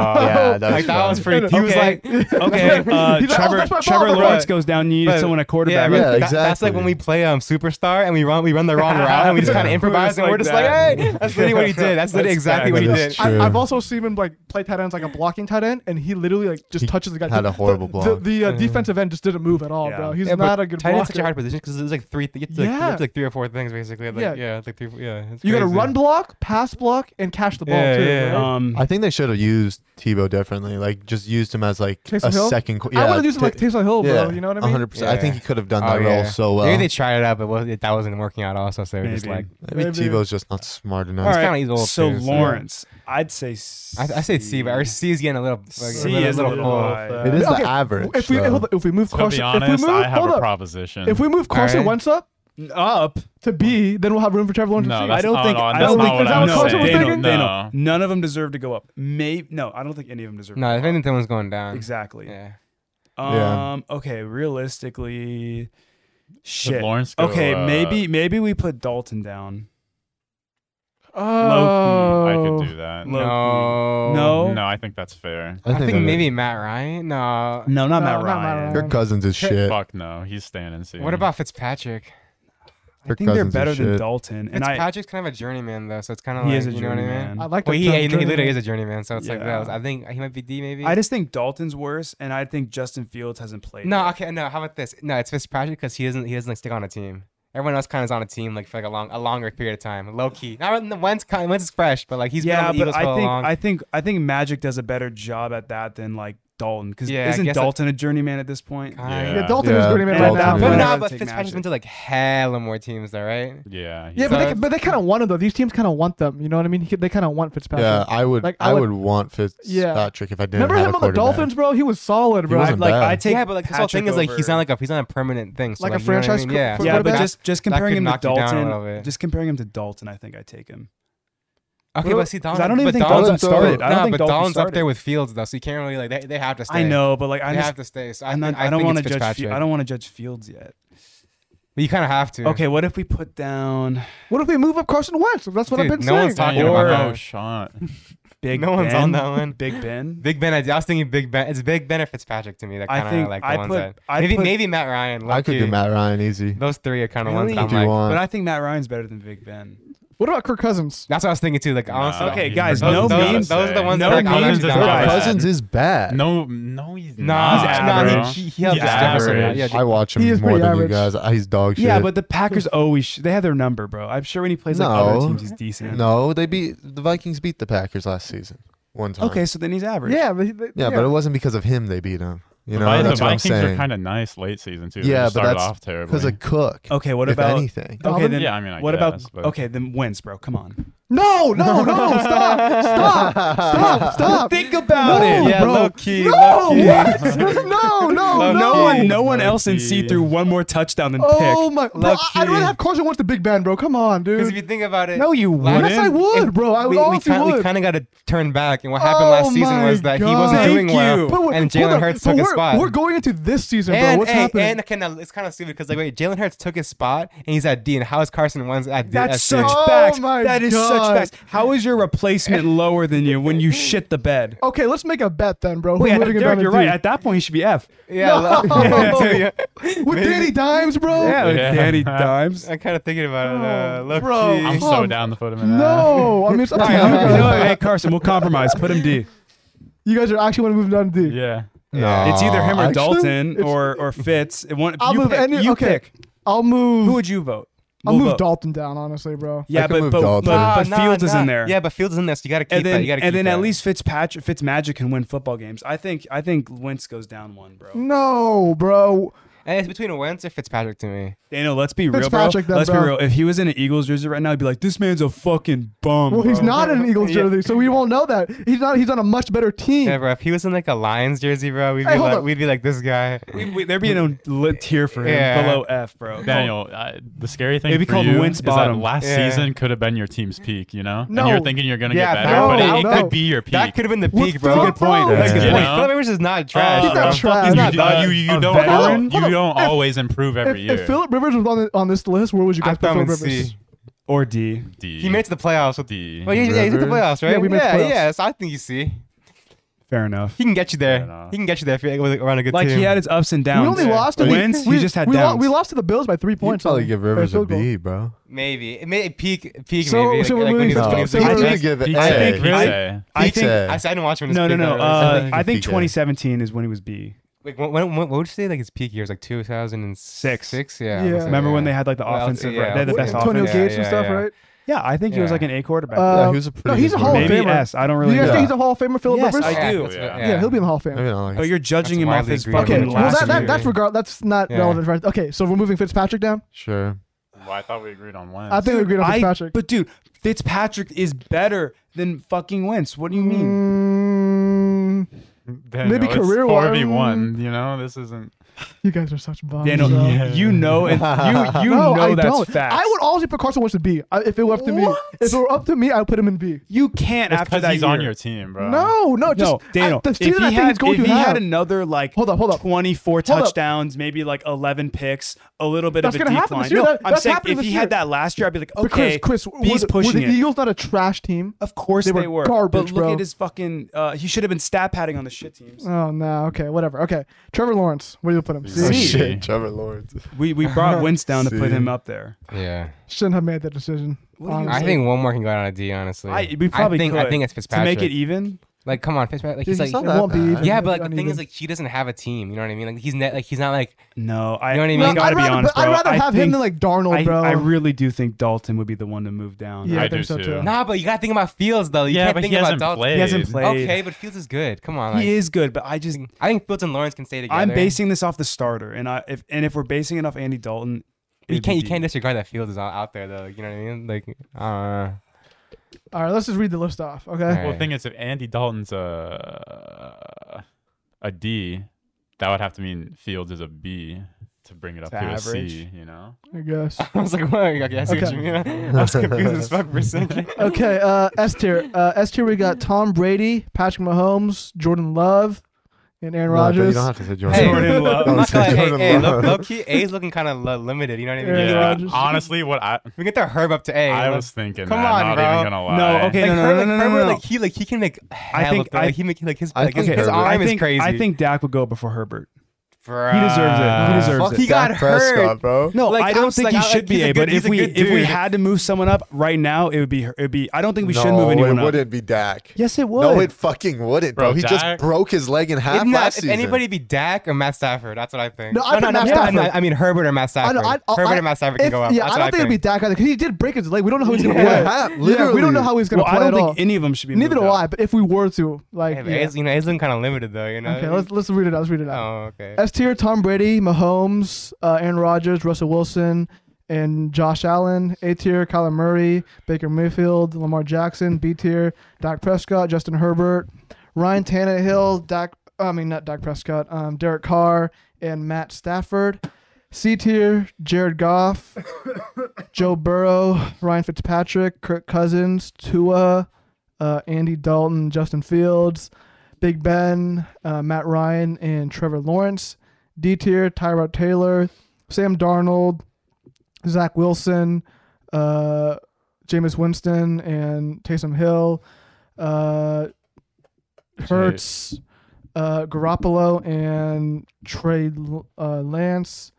bro. Bro, yeah, that was, like that was pretty. He was like, okay, uh, He's like, oh, Trevor, that's my ball, Trevor that's my Lawrence ball. goes down. You need But- someone at Yeah, quarterback. but Yeah, that- That's exactly. like when we play um Superstar and we run we run the wrong route and we just kind of Yeah. improvise and We're we're just just like like, hey, that's literally what he did. That's literally That's exactly what facts. he That is did. true. I, I've also seen him like play tight ends like a blocking tight end, and he literally like just He touches the guy. had The- a horrible the, block. The, the uh, defensive end just didn't move at all, Yeah. bro. He's Mm-hmm. Yeah, but not a good tight blocker. end's such a hard position because there's like three, you have to, like, you Yeah. have to, like three or four things basically. Like, Yeah. yeah, yeah, it's like three, yeah. It's you got to crazy. run block, pass block, and catch the ball Yeah, too. yeah. right? Um, I think they should have used Tebow differently. Like just used him as like Taysom a Hill? second. qu- I Yeah, would have used him like Taysom Hill, bro. you know what I mean? Hundred percent. I think Yeah. he could have done Oh, that yeah. role so well. Maybe they tried it out, but was- it- that wasn't working out also. So they're just Maybe. like, Maybe Maybe. Tebow's just not smart enough. all kinda right, he's old so too, so- Lawrence, I'd say C. I, I say C, but or C is getting a little, like, C a little, uh, is a little cold. high. It is Okay, the average. If we though. hold on, if we move To be Carson, if honest, we move, I have hold a up. proposition. If we move Carson Alright. Wentz up up. to B, then we'll have room for Trevor Lawrence. No, to C. that's- I don't oh, think. no, I that's don't not think what that's I what was Carson was saying. thinking. No. They don't- None of them deserve to go up. Maybe no, I don't think any of them deserve. No, to if go up. anything, one's going down. exactly. Yeah. Yeah. Um. Okay. Realistically, Could shit. Lawrence go, Okay. uh, maybe. Maybe we put Dalton down. I Oh, could do that. Low No. No. No, I think that's fair. I think that- maybe Matt Ryan. No. No, No, not not Matt Matt Ryan. Ryan. Kirk Cousins is shit. Fuck no, he's staying in C. What about Fitzpatrick? I Kirk think they're Cousins is better than shit. Dalton, and I. Fitzpatrick's kind of a journeyman though, so it's kind of He like is a you know what I mean. journeyman. Oh, I like Well, the he, term he, he literally journeyman. is a journeyman, so it's like Yeah. that was, I think he might be D maybe. I just think Dalton's worse, and I think Justin Fields hasn't played. no, yet. okay, no. How about this? No, it's Fitzpatrick because he doesn't he doesn't like stick on a team. Everyone else kind of is on a team like for like a long a longer period of time, low key. Not Wentz kind Wentz is fresh, but like he's yeah, been on the but Eagles I for think a long. I think I think Magic does a better job at that than like Dalton, because Yeah, I isn't guess I- Dalton a journeyman at this point? Kinda. Yeah. yeah, Dalton is Yeah. going to be And right at now. that But point, but- I no, would but take Fitzpatrick's Magic. been to like hella more teams though, right? Yeah. he's- Yeah, but they, So- but they kind of wanted though. These teams kind of want them. You know what I mean? He- They kind of want Fitzpatrick. Yeah, I would. Like, I I would want Yeah. Fitzpatrick if I didn't. Remember have him a on the quarterback. Dolphins, bro? He was solid, bro. He I, wasn't like bad. I take yeah, but like this whole thing Patrick is like he's over- not like a he's not a permanent thing. So, Like like, a you know what I franchise qu- mean? Yeah, so, yeah, but like, quarterback. that- just just that comparing could him to knock you down a Dalton, little bit. just comparing him to Dalton, I think I take him. Okay, What but about- see, 'cause Donald, I don't even but think Donald- Dalton started. I don't Nah, think but Dalton Donald's started. up there with Fields though, so you can't really like they, they have to stay. I know, but like I they just have to stay. So I, I'm not, think- I, I, don't want want to judge. Fe- I don't want to judge Fields yet. But you kind of have to. Okay, what if we put down What if we move up Carson Wentz? That's what I've Dude, been no saying. one's talking Damn, about no that. shot. Big? No one's Ben? on that one. Big Ben. Big Ben. I, I was thinking Big Ben. It's Big Ben or Fitzpatrick to me. That I kind think of like the I ones put- that I maybe put- maybe Matt Ryan. I could do low-key. Matt Ryan easy. Those three are kind of Really? ones Who that do I'm you like. want? But I think Matt Ryan's better than Big Ben. What about Kirk Cousins? That's what I was thinking too. Like honestly, Nah, Okay, he- guys, those- no those are memes- the those are the same. ones no that are kinda memes just about bad. Kirk Cousins is bad. No, no, he's Nah, not. he's- bro. nah, he- he- he helps He's us down, so average. yeah, I watch him He is more pretty than you average. guys. I- He's dog shit. Yeah, but the Packers always sh- they have their number, bro. I'm sure when he plays like other No. teams, he's decent. no, they beat the Vikings. Beat the Packers last season. One time. Okay, so then he's average. Yeah, but, he- they- Yeah, but it wasn't because of him they beat him. You know, Vi- the that's what I'm Vikings are saying. kind of nice late season too. Yeah, they but started that's off terribly. Because of Cook. Okay, what if about anything? Okay, Dalvin? then yeah, I mean, I what guess, about but- okay, then Wentz, bro. Come on. no, no, no! Stop! Stop! Stop! Stop! Think about No, it. Yeah, bro. low key, no, low key. what? no, no, no, Low No one, no one Low else in C key. threw one more touchdown than Oh my! Bro, Low I- I'd rather key. have Carson Wentz the Big Ben, bro. Come on, Because if dude. you think about it, Pick. No, you Last- wouldn't. Yes, I would, if- bro. I we, honestly kind, would. of got to turn back, and what happened Oh last season my was that he God. wasn't doing Thank you. well, But wait, and hold Jalen on. Hurts So took his we're- spot. We're going into this season, bro. and What's hey, happening? and okay, now it's kind of stupid because like, wait, Jalen Hurts took his spot, and he's at D, and how is Carson Wentz at D? That's at C? such Oh facts. my That is such God. facts. How is your replacement lower than you when you shit the bed? Okay, let's make a bet then, bro. Wait, Who's living in Derek, Diamond you're Dude? right. At that point, you should be F. Yeah, lo- No. yeah, With Maybe- Danny Dimes, bro. Yeah, with Yeah. Danny Dimes. I'm kind of thinking about it. Uh, Oh, low bro. key. I'm so Um, down the foot of him. No, I mean it's up to you Alright, alright, guys. alright. No, hey Carson, we'll compromise. Put him D. You guys are actually want to move down to D. Yeah. No, It's either him or actually, Dalton it's- or or Fitz. It won't, I'll you move pick, any- you okay. pick. I'll Who move. would you vote? I'll We'll move vote. Dalton down, honestly, bro. Yeah, could but move but, but, Dalton. Nah, but nah, Fields is nah. in there. Yeah, but Fields is in there, so you got to keep and then that. You got to keep and then that. at least Fitzpatrick Fitzmagic can win football games. I think I think Wentz goes down one, bro. No, bro. And it's between Wentz or Fitzpatrick to me. Daniel, let's be real, bro. Fitzpatrick then, let's bro. be real. If he was in an Eagles jersey right now, I'd be like, this man's a fucking bum. Well, he's bro. not in an Eagles Yeah. jersey, so we won't know that. He's not. He's on a much better team. Yeah, bro. If he was in like a Lions jersey, bro, we'd be Hey, hold like, up. we'd be like this guy. We, we, there'd be no lit tier for him Yeah. below F, bro. Daniel, I, the scary thing Maybe for call him you Wentz is bottom. that last Yeah. season could have been your team's peak, you know? No. And you're thinking you're going to Yeah, get better, that- but that- it, it no. could be your peak. That could have been the What peak, the bro. fuck, bro? That's a good You point. know? Philip Rivers is not trash, He's Uh, not bro. trash. He's You not do- dog. you, you a don't veteran? know. You Hold don't always improve If, every year. if Philip Rivers was on, the, on this list, where would you I guys put thumb Philip and Rivers? see. or D. D. He made it to the playoffs. With, D. well, yeah, yeah, he's at the Rivers? playoffs, right? Yeah, we made the yeah, playoffs. yeah, so I think you see. Fair enough. He can get you Fair there. enough. He can get you there if you're around a good Like team. he had his ups and We downs. only lost. to the- wins. we, he just had we, lo- downs. we lost to the Bills by three You'd points. probably on- give Rivers or a field goal. B, bro. Maybe. It may, peak, peak So- maybe. so like, we're like when moving he was to- winning so the we're I games. moving Rivers- think Yes. give it Peak A. say, think peak really- say. I Peak think say. I, s- I didn't watch him. in his No, no, peak, no. though. Uh, think I he think did. 2017 is when he was B. Like, when, when, when, what would you say? Like his peak year was like 2006? Six. Six? Yeah. Yeah. almost like Remember when that. they had like the Well, offensive? yeah, they had the what- best Antonio offense. Yeah, Gates and yeah, stuff, yeah. right? Yeah, I think he was Yeah. like an A quarterback. Uh, Yeah, he was a no, pretty he's a good Hall of quarterback. Maybe Famer. S. I don't Do really you guys Yeah. know. think he's a Hall of Famer, Philip Yes, Rivers? I Yeah, do. that's what- yeah. he'll be in the Hall of Fame. Maybe not. But Like, Oh, you're judging That's him off wildly his agreeable. Okay, fucking Yeah. well, last that, that, year. that's regard. That's not Yeah. relevant. Right? Okay, so we're moving Fitzpatrick down. sure. Well, I thought we agreed on Wentz. I think we agreed on I- Fitzpatrick. but dude, Fitzpatrick is better than fucking Wentz. What do you mean? Mm, Daniel, maybe it's career 4v1, you know? This isn't. you guys are such bums. Daniel, though. Yeah. you know, and you Mm, you no, know I that's don't. facts. I would also put Carson Wentz in B I- if it were up to What? me. If it were up to me, I would put him in B. You can't after Because that he's year. on your team, bro. No, no, just no, Daniel. I, the if season he, I think had, he's going if to he have, had another like Hold up, hold up. 24 Hold up. touchdowns, maybe like 11 picks, a little bit That's of a gonna decline. happen this year. No, That- I'm that's saying happening if he this year. had that last year, I'd be like, But okay, Chris, Chris, he's were, the- pushing were the it. Eagles not a trash team? Of course They they, were were. garbage, but look bro. at his fucking. Uh, he should have been stat padding on the shit teams. Oh no, okay, whatever. Okay, Trevor Lawrence, where do you put him? Oh, See, See. shit. Trevor Lawrence. We we brought Wentz down to See. put him up there. Yeah. shouldn't have made that decision. What do you honestly. I think one more can go out on a D, honestly. I- we probably I think, could. I think it's To Fitzpatrick. make it e- even, Like, come on, Fitzpatrick. Like, Dude, he's he's like, not that won't be bad. even. yeah, but like the Uneven. thing is, like, he doesn't have a team. You know what I mean? Like, he's not like he's not like no. I, You know what I I mean? No, mean, I'd gotta be rather, honest, but I'd bro. rather I have him think- than like Darnold, I, bro. I really do think Dalton would be the one to move down. yeah, I I think do so too. too. nah. But you gotta think about Fields though. You yeah, can't but think he about hasn't Dalton. played. He hasn't played. Okay, but Fields is good. Come on, like, he is good, but I just I think Fields and Lawrence can stay together. I'm basing this off the starter, and I if and if we're basing it off Andy Dalton, You it'd can't be you can't deep. disregard that Fields is out, out there though. You know what I mean? Like, uh, All right, let's just read the list off. Okay, Alright. Well, the thing is, if Andy Dalton's a a D, that would have to mean Fields is a B to bring it up To to a average. C. You know, I guess. I was like, what? Okay, I see what Okay. you mean. I was confused as fuck for a second. Okay, uh, S tier. Uh, S tier. We got Tom Brady, Patrick Mahomes, Jordan Love, and Aaron No, but You Rodgers. don't have to say Jordan. Hey, Lawrence. Jordan Love. I'm not gonna lie, hey, Jordan hey, low, Love. low key, A's looking kind of limited. You know what I mean? Aaron yeah. Like, Rodgers. Honestly, what I we get the Herb up to A. I like, was thinking. Come that, on, not bro. even gonna lie. No, okay. like, no, no, Herb, no, like, no, no, Herbert, no, no. like he like he can make hell think- of things. I- like, he make like his I like, his, think his Herbert- arm I is think, crazy. I think Dak would go before Herbert. Bruh. deserves it. He deserves Fuck it. He got Dak hurt. Prescott, bro. No, Like, I don't I'm think like- he I- like, should be he's a A. good- But if he's a we good if we dude. had to move someone up right now, it would be it would be. I don't think we should no, move anyone it up. wouldn't be Dak. Yes, it would. No, it fucking wouldn't, bro. Bro, he just Dak- broke his leg in half If, not- last if season. anybody be Dak or Matt Stafford, that's what I think. No, I no, put no, Matt no, Stafford. no, I mean Herbert or Matt I Stafford. don't, I, I, Herbert I, or Matt Stafford can if- go up. Yeah, that's I what don't think it'd be Dak either because he did break his leg. We don't know how he's gonna Yeah, play. Yeah, we literally. don't know how he's gonna well, play I at don't think all. any of them should be. Neither moved do up. I. But if we were to, like, Hey, but yeah. A's, you know, A's looking kind of limited though. You know. okay, let's let's read it out. Let's read it out. Oh, okay. S tier: Tom Brady, Mahomes, uh, Aaron Rodgers, Russell Wilson, and Josh Allen. A tier: Kyler Murray, Baker Mayfield, Lamar Jackson. B tier: Dak Prescott, Justin Herbert, Ryan Tannehill, Dak. I mean, not Dak Prescott. Um, Derek Carr and Matt Stafford. C tier: Jared Goff, Joe Burrow, Ryan Fitzpatrick, Kirk Cousins, Tua, uh, Andy Dalton, Justin Fields. Big Ben, uh, Matt Ryan, and Trevor Lawrence. D tier, Tyrod Taylor, Sam Darnold, Zach Wilson, uh, Jameis Winston, and Taysom Hill, uh, Hertz, uh, Garoppolo, and Trey L- uh, Lance,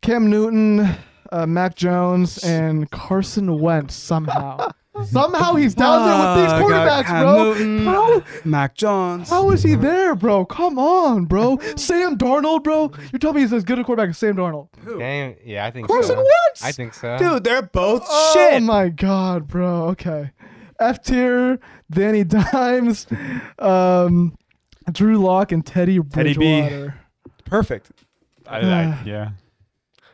Cam Newton, uh, Mac Jones, and Carson Wentz somehow. somehow he's down there with these quarterbacks, bro. How- Mac Jones. how is he there, bro? Come on, bro. Sam Darnold, bro. You're telling me he's as good a quarterback as Sam Darnold. Damn, yeah, I think Carson so. Wentz! I think so. Dude, they're both Oh shit. my god, bro. Okay. F tier, Danny Dimes, um, Drew Lock, and Teddy Teddy B. Bridgewater. Perfect. I, I, yeah.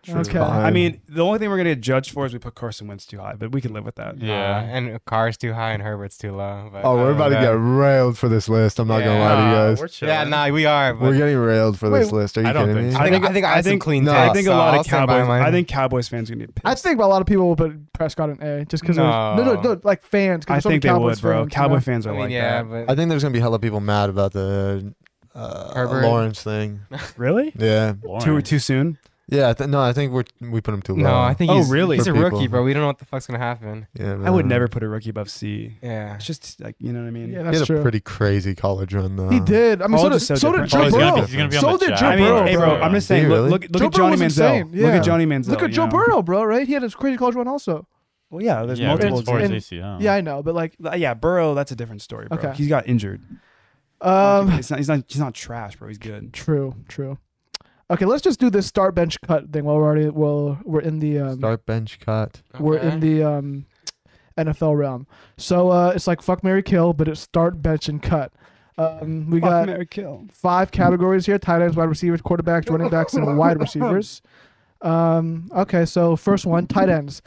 Okay. Fine. I mean, the only thing we're gonna get judged for is we put Carson Wentz too high, but we can live with that. Uh, Yeah. and Carr's too high and Herbert's too low. But oh, we're about to get railed for this list. I'm not gonna lie to you guys. We're Yeah, chilling. nah, we are. But We're getting railed for this Wait, list. Are you I don't kidding think me? so. I think I I think I, think- think clean. no, takes, I I think a so lot I'll of stand by Cowboys. mine. I think Cowboys fans are gonna get pissed. I think a lot of people will put Prescott in A just because No. no, no, no, like fans. 'cause I there's so many think they Cowboys would, bro. fans, you know? Cowboy fans I are mean, like yeah, that. but I think there's gonna be hella people mad about the uh, Herbert. Lawrence thing. Really? Yeah, Too Lawrence. too soon. yeah. I Th- no, I think we're we put him too low. No, I think Oh, he's, really? he's a For rookie, people. bro. We don't know what the fuck's gonna happen. Yeah, I would man. never put a rookie above C. Yeah. It's just like you know what I mean. Yeah, He that's had a true. pretty uh, crazy college run though. he did. I mean, All so did, just so, so did different. Joe Oh, he's gonna Burrow. be, he's gonna be on So the did chat. Joe I mean, Burrow, hey, bro, I'm just saying. Did he Look, really? look, look Joe at Johnny Burrow was Manziel. insane, Look yeah. at Johnny Manziel. Look at you Joe know? Burrow, bro. Right? He had his crazy college run also. Well, yeah, there's yeah, multiple. it's towards and- ACL. Yeah, I know, but like, Like, Yeah, Burrow, that's a different story, bro. Okay. He's got injured. um, it's not, he's not. He's not trash, bro. He's good. true, true. Okay, let's just do this start bench cut thing while we're already well we're in the um, Start bench cut. we're in Okay. the um, NFL realm. So uh, it's like fuck Mary Kill, but it's start bench and cut. Um, we Fuck, got marry, kill. five categories here: tight ends, wide receivers, quarterbacks, running backs, and wide receivers. Um, okay, so first one, tight ends: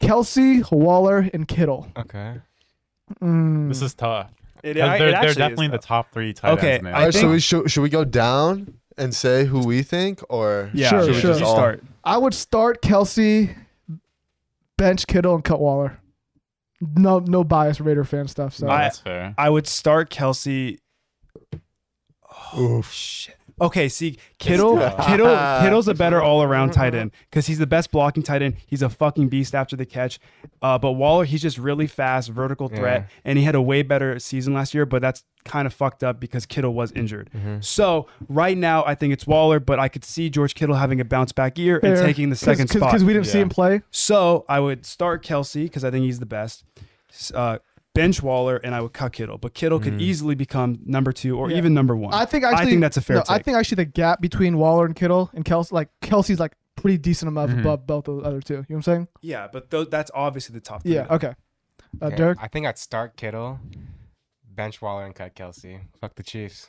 Kelsey, Waller, and Kittle. Okay. Uh, Mm. This is tough. It, They're, I- it they're actually is definitely the tough. top three tight Okay, ends. man. I Alright, so think- we should should we go down and say who we think or Yeah, Sure, should we sure. just You all- start. I would start Kelsey, bench Kittle, and cut Waller. No, no bias Raider fan stuff. So No, I- that's fair. I would start Kelsey. Oof. Shit. Okay, see, Kittle, Kittle, Kittle's a better all-around tight end because he's the best blocking tight end. He's a fucking beast after the catch. Uh, but Waller, he's just really fast, vertical threat, and he had a way better season last year. But that's kind of fucked up because Kittle was injured. Mm-hmm. So right now, I think it's Waller, but I could see George Kittle having a bounce back year and Fair. taking the second Cause, spot. because we didn't see Yeah. him play. So I would start Kelsey because I think he's the best. S- Uh, bench Waller and I would cut Kittle, but Kittle Mm. could easily become number two or Yeah. even number one. I think actually, I think that's a fair no, I take. think actually the gap between Waller and Kittle and Kelsey, like Kelsey's like pretty decent amount above both of the other two. You know what I'm saying? yeah, but tho- that's obviously the top. Three Yeah. though. Okay. Uh, Okay, Derek. I think I'd start Kittle, bench Waller, and cut Kelsey. Fuck the Chiefs.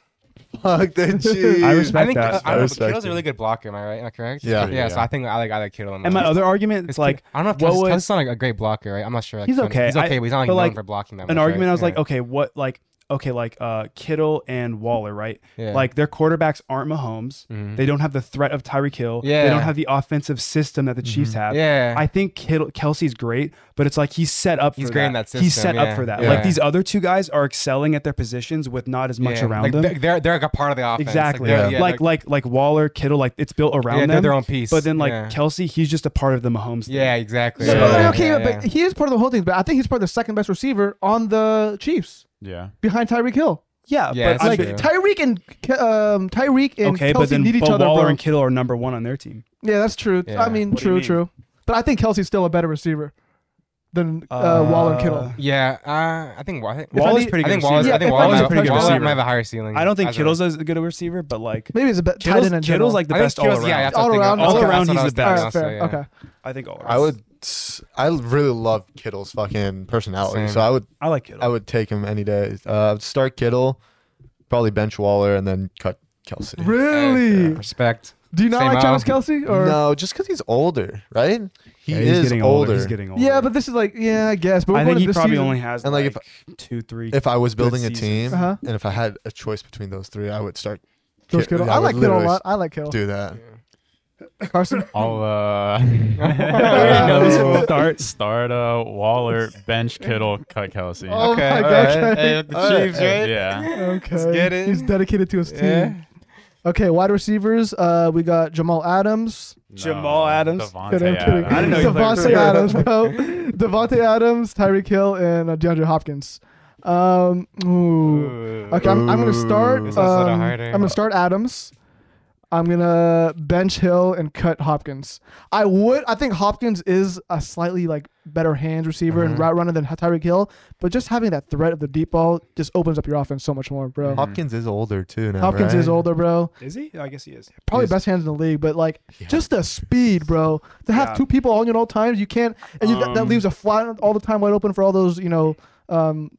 Fuck the Chiefs. I respect I think that. uh, I don't know, but Respect Kittle's a it. really good blocker. Am I right? Am I correct? Yeah. yeah. So Yeah. I think I like I like Kittle. in and my that. other argument is like I don't know what if was- Tess, Tess is not like a great blocker, right? I'm not sure. Like, He's so- okay. He's I- okay, but he's not like, but, known like, for blocking them. an argument. I was like, okay, what like okay like uh Kittle and Waller, right? Yeah. Like their quarterbacks aren't Mahomes. Mhm. They don't have the threat of Tyreek Hill. They Yeah. Mm-hmm. don't have the offensive system that the Chiefs have. Yeah. I think Kittle, Kelsey's great, but it's like he's set up for He's that. great in that He's system, set yeah. up for that. Yeah. Like these other two guys are excelling at their positions with not as much Yeah, around like, them. They're, they're they're like a part of the offense. Exactly. Like, Yeah. they're- yeah, like, they're- like like Waller, Kittle, like it's built around yeah, them. they're their own piece. But then like yeah. Kelsey, he's just a part of the Mahomes. thing. yeah, exactly. No, but, Yeah. Oh, okay, yeah, but he is part of the whole thing. But I think he's part of the second best receiver on the Chiefs Yeah. behind Tyreek Hill. yeah. Yeah, but that's Like like, true. Tyreek and Ke- um, Tyreek and Kelsey okay, but then need each but other. Waller bro. and Kittle are number one on their team. yeah, that's true. Yeah. I mean, What do you true, mean? true. But I think Kelsey's still a better receiver than uh, Waller and Kittle. Yeah, uh, I think Wa- I think- I Waller's need- pretty I good. think receiver. Waller's. Yeah, I think if I Waller's. need I a think pretty good Waller receiver. might have a higher ceiling. I don't think as a- Kittle's as good a receiver, but like Maybe it's a bet tight Kittle's, end in Kittle's general. like the I think best all Kittle's- around. Yeah, that's what All I think. around, That's all what I around, was he's the thinking best. All right, also, fair. yeah. Okay. I think all around. I would. s- I really love Kittle's fucking personality, Same. so I would I like Kittle. I would take him any day. Uh, start Kittle, probably bench Waller, and then cut Kelsey. Really? Yeah, Respect. Do you not Same like Travis out. Kelsey? Or No, just because he's older, right? He Yeah, he's is getting older. He's getting older. Yeah, but this is like yeah, I guess. But we're I think going he this probably season. only has And, like, if- like two, three. If I was building a seasons. team Uh-huh. and if I had a choice between those three, I would start George Kittle. Kittle. Yeah, I I would like Kittle a literally lot. I like Kittle. do that. Carson. I'll uh, already know this I'll will start. start uh, Waller, bench Kittle, cut Kelsey. Oh Okay. my all gosh. right. Hey, the All right. Chiefs, right? Yeah. Okay. get it. He's dedicated to his team. Yeah. Okay, wide receivers. Uh, we got Jamal Adams. Jamal Adams? Devontae Kidding, I'm kidding. Adams. I didn't know he played Devontae receiver. Adams, bro. Devontae Adams, Tyreek Hill, and uh, DeAndre Hopkins. Um, ooh. Okay, I'm, I'm gonna start. This is a little Um, I'm harder. gonna start Adams. I'm gonna bench Hill and cut Hopkins. I would. I think Hopkins is a slightly like better hands receiver and route runner than Tyreek Hill, but just having that threat of the deep ball just opens up your offense so much more, bro. Hopkins is older too now. Hopkins right? is older, bro. Is he? I guess he is. Probably He's- best hands in the league, but like just the speed, bro. To have Yeah. two people on you at all times, you can't, and you, that, that Um, leaves a flat all the time wide open for all those, you know, um,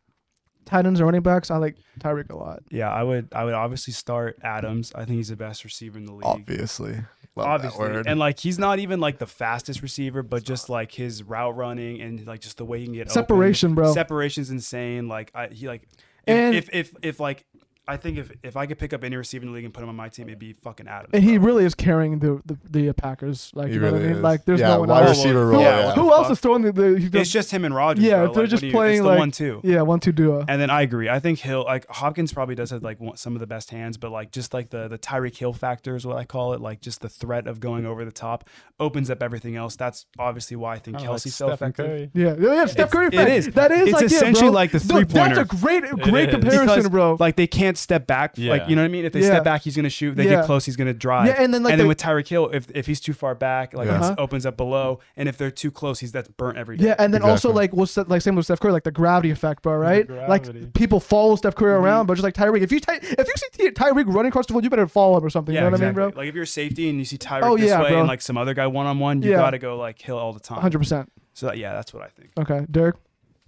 tight ends or running backs. I like Tyreek a lot. Yeah, I would. I would obviously start Adams. I think he's the best receiver in the league. Obviously. Love Obviously. That word. and like he's not even like the fastest receiver, but just like his route running and like just the way he can get open. Separation, bro. Separation's insane. Like I, he like if, And- if if if like I think if, if I could pick up any receiver in the league and put him on my team, it'd be fucking Adams. And he bro. really is carrying the the, the Packers. Like Oh. He you know what really I mean? is. Like there's yeah, no one wide else. receiver Who, role. Yeah, yeah. what who else fuck? is throwing the? the he it's does, just him and Rogers. Yeah, bro. if they're Like, what just do you- playing, it's the like- one two. yeah, one two duo. And then I agree. I think Hill, like Hopkins, probably does have like one, some of the best hands, but like just like the the Tyreek Hill factor is what I call it. Like just the threat of going over the top opens up everything else. That's obviously why I Oh, think Kelsey's so effective. Yeah, yeah, yeah, Steph Curry. it effect. is. That is. It's like, yeah, essentially bro. like the No, That's three-pointer. a great, great is. comparison, Because, bro. Like they can't step back. Yeah. Like you know what I mean. If they Yeah. step back, he's gonna shoot. They Yeah. get close, he's gonna drive. Yeah, and then, like, and then the- with Tyreek Hill, if if he's too far back, like Yeah. it Uh-huh. opens up below. And if they're too close, he's that's burnt every day. yeah, and then also Exactly. like what's that, like same with Steph Curry, like the gravity effect, bro. Right? gravity. Like people follow Steph Curry Mm-hmm. around, but just like Tyreek, if you ty- if you see Ty- Tyreek running across the field, you better follow him or something. you know what I mean, bro? Like if you're a safety and you see Tyreek Oh, this yeah, way bro. and like some other guy one on one, you Yeah. gotta go like Hill all the time. Hundred percent. So that- yeah, that's what I think. Okay, Derek.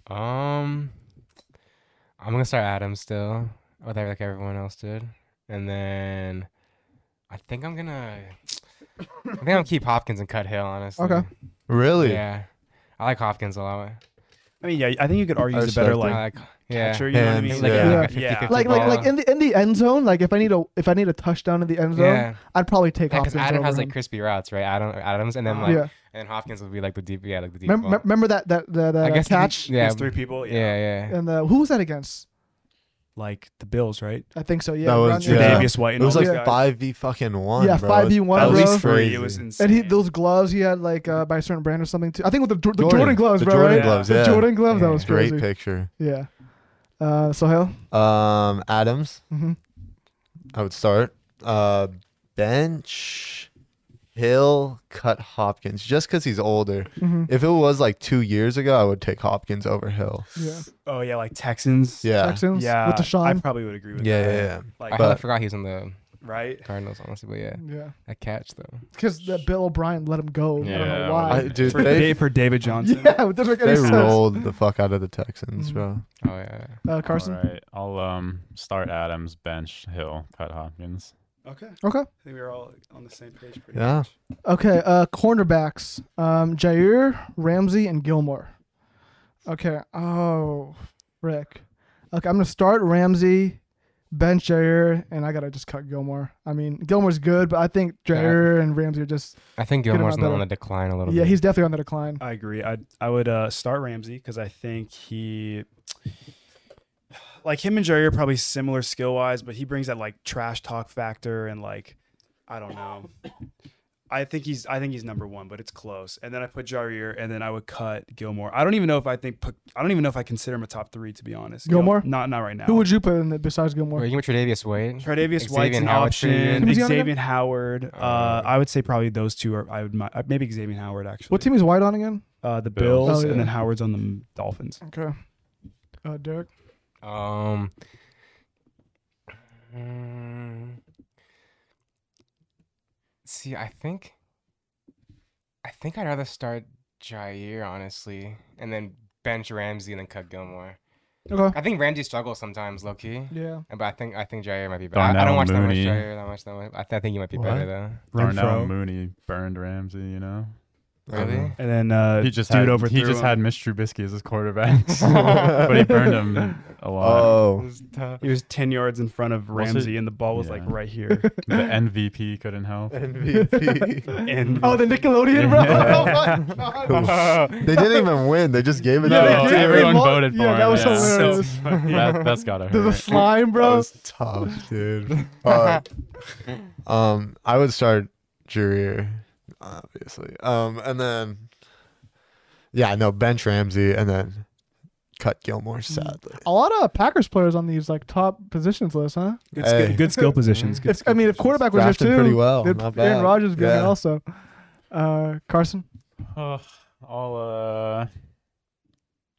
Um, I'm gonna start Adam still, whatever like everyone else did, and then I think I'm gonna. I think I'm gonna keep Hopkins and cut Hill. Honestly. Okay. Really? Yeah, I like Hopkins a lot. I mean, yeah, I think you could argue I he's a better respect like, I like yeah. catcher. You know what I Hands, mean? Like, Yeah. yeah, like a Yeah. 50-50 Like, like, ball. like in the in the end zone, like if I need a if I need a touchdown in the end zone, Yeah. I'd probably take off. because Adam has like crispy routes, right? Adam Adams, and then like, yeah. and then Hopkins would be like the deep, yeah, like the deep. Mem- ball. mem- remember that that that, that uh, guess he- catch yeah, There's three people. Oh, Yeah. yeah, yeah. and the who was that against? Like the Bills, right? I think so. Yeah, That was around there. Yeah. Davis. Davius White. It And was all like these guys. five v fucking one. Yeah, bro. 5v1, That bro. was Three. crazy. It was insane. And he those gloves he had like uh, by a certain brand or something too. I think with the, Jor- the Jordan, Jordan. gloves, The bro. Jordan right? gloves, The yeah. Jordan gloves. That Yeah. was crazy. Great picture. Yeah. Uh, so hell. Um, Adams. Mm-hmm. I would start. Uh, bench Hill cut Hopkins just because he's older. Mm-hmm. If it was like two years ago, I would take Hopkins over Hill. Yeah. oh yeah, like Texans. Yeah. Texans Yeah. with I Deshaun. probably would agree with Yeah, that. yeah, yeah. I Like But- kinda forgot he was in the right. Cardinals, honestly, but yeah, yeah. a catch though. Because that Bill O'Brien let him go. I don't Yeah. know why. I, dude, For, they, Da- for David Johnson. yeah, it doesn't make they any sense. rolled the fuck out of the Texans, bro. Oh yeah. Uh, Carson. All right, I'll um start Adams, bench Hill, cut Hopkins. Okay. I Okay. think we were all on the same page. Pretty Yeah. Much. Okay, uh, cornerbacks: um, Jair, Ramsey, and Gilmore. Okay. Oh, Rick. Okay, I'm gonna start Ramsey, bench Jair, and I gotta just cut Gilmore. I mean, Gilmore's good, but I think Jair and Ramsey are just. I think him Gilmore's out on the, better. on the decline a little Yeah, bit. he's definitely on the decline. I agree. I I would uh, start Ramsey because I think he, like him and Jerry are probably similar skill wise, but he brings that like trash talk factor and like, I don't know. I think he's I think he's number one, but it's close. And then I put Jair, and then I would cut Gilmore. I don't even know if I think put, I don't even know if I consider him a top three to be honest. Gil- Gilmore? not not right now. Who would you put in the, besides Or Gilmore? you can put Tre'Davious White. Tre'Davious Xavier White's an Howard option. Who's he on again? Xavier Howard. Uh, Uh, I would say probably those two are. I would mi- uh, maybe Xavier Howard actually. What team is White on again? Uh, the Bills. Bills, Oh, yeah. and then Howard's on the Dolphins. Okay. Uh, Derek. Um. mm, See, I think. I think I'd rather start Jair honestly, and then bench Ramsey and then cut Gilmore. Okay. I think Ramsey struggles sometimes, low key. Yeah. But I think I think Jair might be better. I, I Darnell don't watch Mooney. that much Jair that much. That much. I, th- I think he might be What? better though. Darnell Mooney burned Ramsey. You know, Really? And then uh, he just dude had, overthrew he just him. had Mitch Trubisky as his quarterback, but he burned him a lot. It Oh, was tough. He was ten yards in front of Also- Ramsey, and the ball was like yeah. right here. The MVP couldn't help. MVP. and Oh, the Nickelodeon, bro. Yeah. Oh my God. they didn't even win. They just gave it No, Yeah, they to the did. team. everyone They mo- voted for yeah, that him, was yeah. hilarious. that, that's gotta The, the hurt. slime, That bro. was tough, dude. Fuck. um, I would start Jurier, obviously. Um, and then, yeah, no, bench Ramsey, and then cut Gilmore. Sadly, A lot of Packers players on these like top positions list, huh? good, sk- Hey. good skill Mm. positions. Good If, I mean, if quarterback was Drafted there too, pretty well. if Not Aaron bad. Rodgers good Yeah. also. Uh, Carson. Ugh, I'll uh,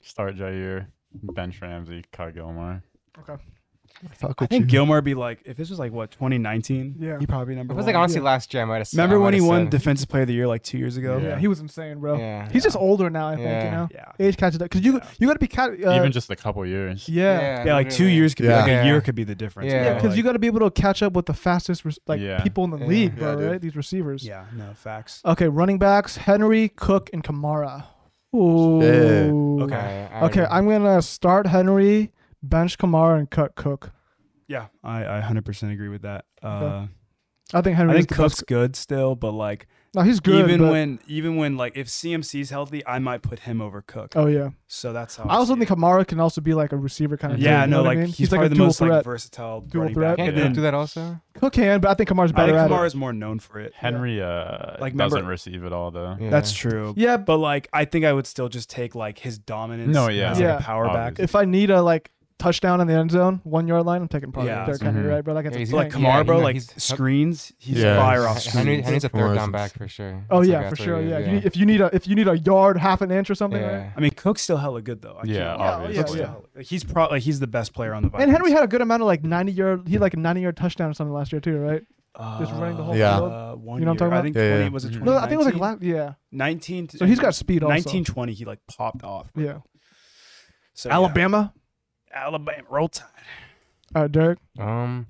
start Jair, bench Ramsey, cut Gilmore. fuck I with think you. Gilmore would be like if this was like what 2019. Yeah. he probably number It was one. like honestly yeah. last year I might have. Remember when he won Defensive Player of the Year like two years ago? Yeah. Yeah. he was insane, bro. yeah. He's just older now, I think. You Yeah. know, Yeah. age catches up because you Yeah. you got to be cat. Uh, Even just a couple years. yeah, Yeah, like two literally. years could Yeah. be like Yeah. a year could be the difference. Yeah. yeah, bro. because you Like- got to be able to catch up with the fastest res- like Yeah. people in the Yeah. league, Yeah, bro. dude. right? These receivers. Yeah, no facts. Okay, running backs: Henry, Cook, and Kamara. Ooh. Okay. I- I Okay, would- I'm gonna start Henry, bench Kamara, and cut Cook. Yeah, I, I 100% agree with that. Uh, I think I Henry is think the Cook's best. good still, but like No, he's good. even but- when even when like if CMC's healthy, I might put him over Cook. oh yeah, So that's how I also see think it. Kamara can also be like a receiver kind of. dude, yeah, you no, know what I like mean? he's, probably the dual most like threat. versatile Dual running threat. back. Can't And Cook then do that also? Cook can, but I think Kamara's I better think at Kamara it. is more known for it. Henry uh Like, remember- doesn't receive it all though. That's Yeah. true. Yeah, But like, I think I would still just take like his dominance. No, yeah. as, like, Yeah. a power back. Obviously. if I need a like touchdown in the end zone, one yard line, I'm taking part. Yeah. Yeah, Derrick Henry, Mhm. right, bro? Like, it's mm-hmm. Yeah, he's a But like thing. Yeah, Kamara, bro, he's- like he's- screens, he's Yeah. fire off Hen- screens. Henry, Henry's a Kamara's third down a- back for sure. Oh That's yeah, like- for that's what sure. it is, Yeah, If, you, if you need a if you need a yard, half an inch or something. Right? Yeah. I mean, Cook's still hella good though. I Yeah, can't- obviously. Cook's still hella- He's pro- like he's the best player on the Vikings. And Henry had a good amount of like 90 yard. He had, like a 90 yard touchdown or something last year too, right? just running the whole Yeah. field. Uh, one You know what I'm year. talking I about? think Yeah, 20 yeah. was it Mhm. 20? No, I think it was like la- yeah. 19. So he's got speed also. 1920. He like popped off. Yeah. So yeah. Alabama. Alabama, roll tide. All right, Derek. Um.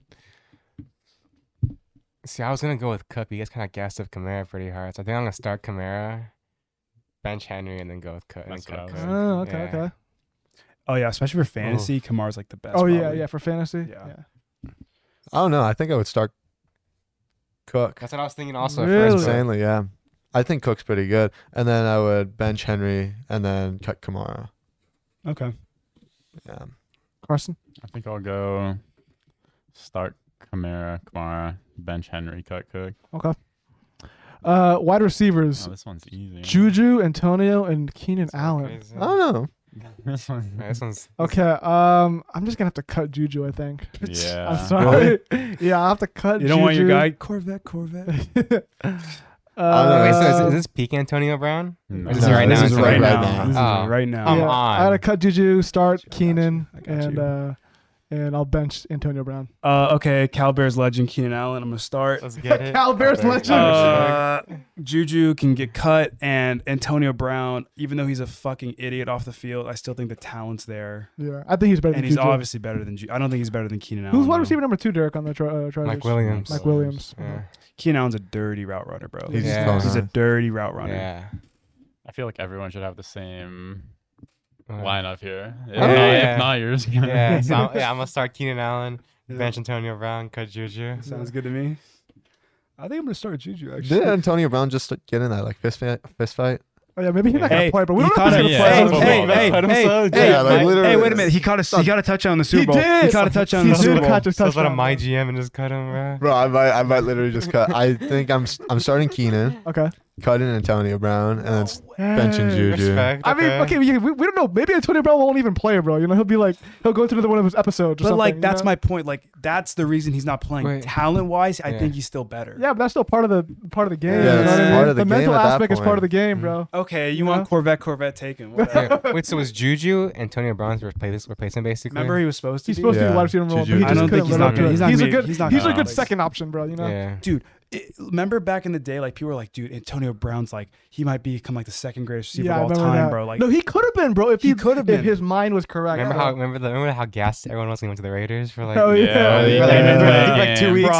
See, I was gonna go with Cook, but you guys kind of gassed up Kamara pretty hard. So I think I'm gonna start Kamara, bench Henry, and then go with Cook. and That's then what Cook I comes. was- Oh, okay, Yeah. okay. Oh yeah, especially for fantasy, Kamara's like the best. oh yeah, probably. yeah, for fantasy. Yeah. I don't know. I think I would start Cook. That's what I was thinking also. At Really? first, but- Insanely, yeah. I think Cook's pretty good, and then I would bench Henry and then cut Kamara. Okay. Yeah. Carson. I think I'll go start Kamara, Kamara, bench Henry, cut Cook. Okay. Uh, wide Oh, receivers: this one's easy. Juju, Antonio, and Keenan This one's Allen. Oh, crazy. I don't know. this one. Yeah, this one's Okay. Um, I'm just gonna have to cut Juju. I think. I'm Yeah. sorry. yeah, I will have to cut. You don't want your Juju. guy Oh, Corvette, Corvette. don't know, Oh, Wait, so is, Um, is this peak Antonio Brown? No. This is right this now. is right Antonio Brown? now. This is Oh. right now. I'm yeah, on. I gotta cut Juju, start Sure, I got you. Keenan, I got and you. uh, and I'll bench Antonio Brown. Uh, okay, Cal Bears legend Keenan Allen. I'm gonna start. Let's get it. Cal Bears Okay. legend. Uh, Juju can get cut, and Antonio Brown, even though he's a fucking idiot off the field, I still think the talent's there, Yeah, I think he's better and than he's Juju. obviously better than. Ju- I don't think he's better than Keenan Allen. Who's wide though. receiver number two, Derek, on the tra- uh, Chargers? Mike Williams. Mike Williams. Yeah. Keenan Allen's a dirty route runner, bro. He's He's, Yeah. just a dirty route runner. Yeah. I feel like everyone should have the same Uh, lineup here. If, Yeah. not, Yeah. if not yours, yeah, so I'm, yeah, I'm gonna start Keenan Allen, bench Antonio Brown, cut Juju. Sounds good to me. I think I'm gonna start Juju Did Antonio Brown just get in that like fist fight? Fist fight? Oh yeah, maybe he's not Hey, gonna play, but we he don't know caught if a- he's Yeah, gonna play. football, hey, hey, man. hey, Cut hey, himself, hey, yeah, like, hey, literally. wait a minute. He caught a he got a touchdown in the Super He Bowl. did. He caught a touchdown in He the did Super Bowl. catch a So let touchdown. him my GM and just cut him, bro. Bro, I might, I might literally just cut. I think I'm, I'm starting Keenan, Okay. cutting Antonio Brown, and then benching Hey. Juju. Respect. I mean, okay, we, we, we don't know. Maybe Antonio Brown won't even play, bro. You know, he'll be like, he'll go to another one of his episodes. Or But something, like you that's know? my point. Like that's the reason he's not playing. Wait. Talent wise, I Yeah. think he's still better. Yeah, but that's still part of the part of the game. Yeah, you know it's what I mean? part of the the game mental at that aspect is part of the game, Mhm. bro. Okay, you Yeah. want Corvette, Corvette taken. Whatever. Yeah. Wait, so was Juju Antonio Brown's replace replacement basically? Remember he was supposed to. He's be? supposed to be Yeah. wide receiver number one, but he Juju. I just don't couldn't think he's live not up to gonna- it. he's not a gonna be- good. he's not he's a gonna good be- second option, bro. You know. Yeah. dude. It, remember back in the day, like people were like, dude, Antonio Brown's like he might become like the second greatest receiver Yeah, I of all remember time, that. bro. Like no, he could have been, bro. If He he, could have been. if his mind was correct. Remember bro. how remember the, remember how gassed everyone was when he went to the Raiders for like Oh, yeah. Yeah, Yeah. you came in Yeah. playing Like, him. two weeks. bro.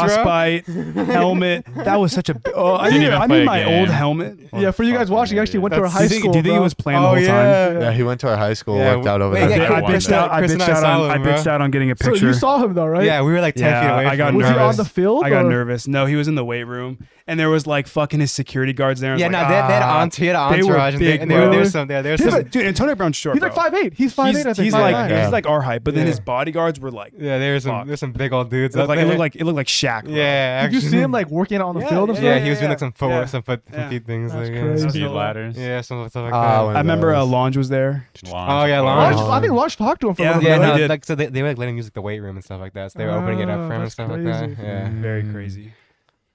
frostbite helmet. That was such a. Oh, I Didn't need, even I play need a my game. old helmet. Yeah, for you guys Fucking watching, he actually idiot. went to a That's- high do you think, school. do you think he bro. was playing the Oh, whole time? Yeah, he went to our high school, Yeah, walked out over wait, there. yeah, I Chris bitched and I- out. I Chris and bitched I out saw on. I him, bro. bitched out on getting a So you picture. saw him though, right? Yeah, we were like ten feet Yeah, away. I got from Was nervous. he on the field? I got or- nervous. No, he was in the weight room, and there was like fucking his security guards there. I was Yeah, like, no, they, they had "Ah." an entourage, They were entourage and they, big, and they were, bro. there's some there. There's He's some. like, dude, Antonio Brown's short. He's bro. like five eight. He's five he's, eight. I think. he's like 5'9". yeah. he's like our height, but then Yeah. his bodyguards were like, yeah, there's Fuck. some there's some big old dudes. it looked up like it there. looked like it looked like Shaq. Bro. yeah. Did you see actually. him like working out on the Yeah, field? and yeah, stuff? Yeah, he was doing like some footwork, yeah. some foot, some Yeah. feet things. That's like, crazy. Yeah. Speed ladders. yeah, some stuff like Ah, that. when I remember those- uh, Lange was there. Launch. Oh, yeah, Lodge, launch. I think Lodge talked to him for a Yeah. little Yeah, bit. They no, did. like so they, they were like letting him use like the weight room and stuff like that. So they were opening it Oh, up for him and that's stuff like crazy. that. Yeah. Very crazy.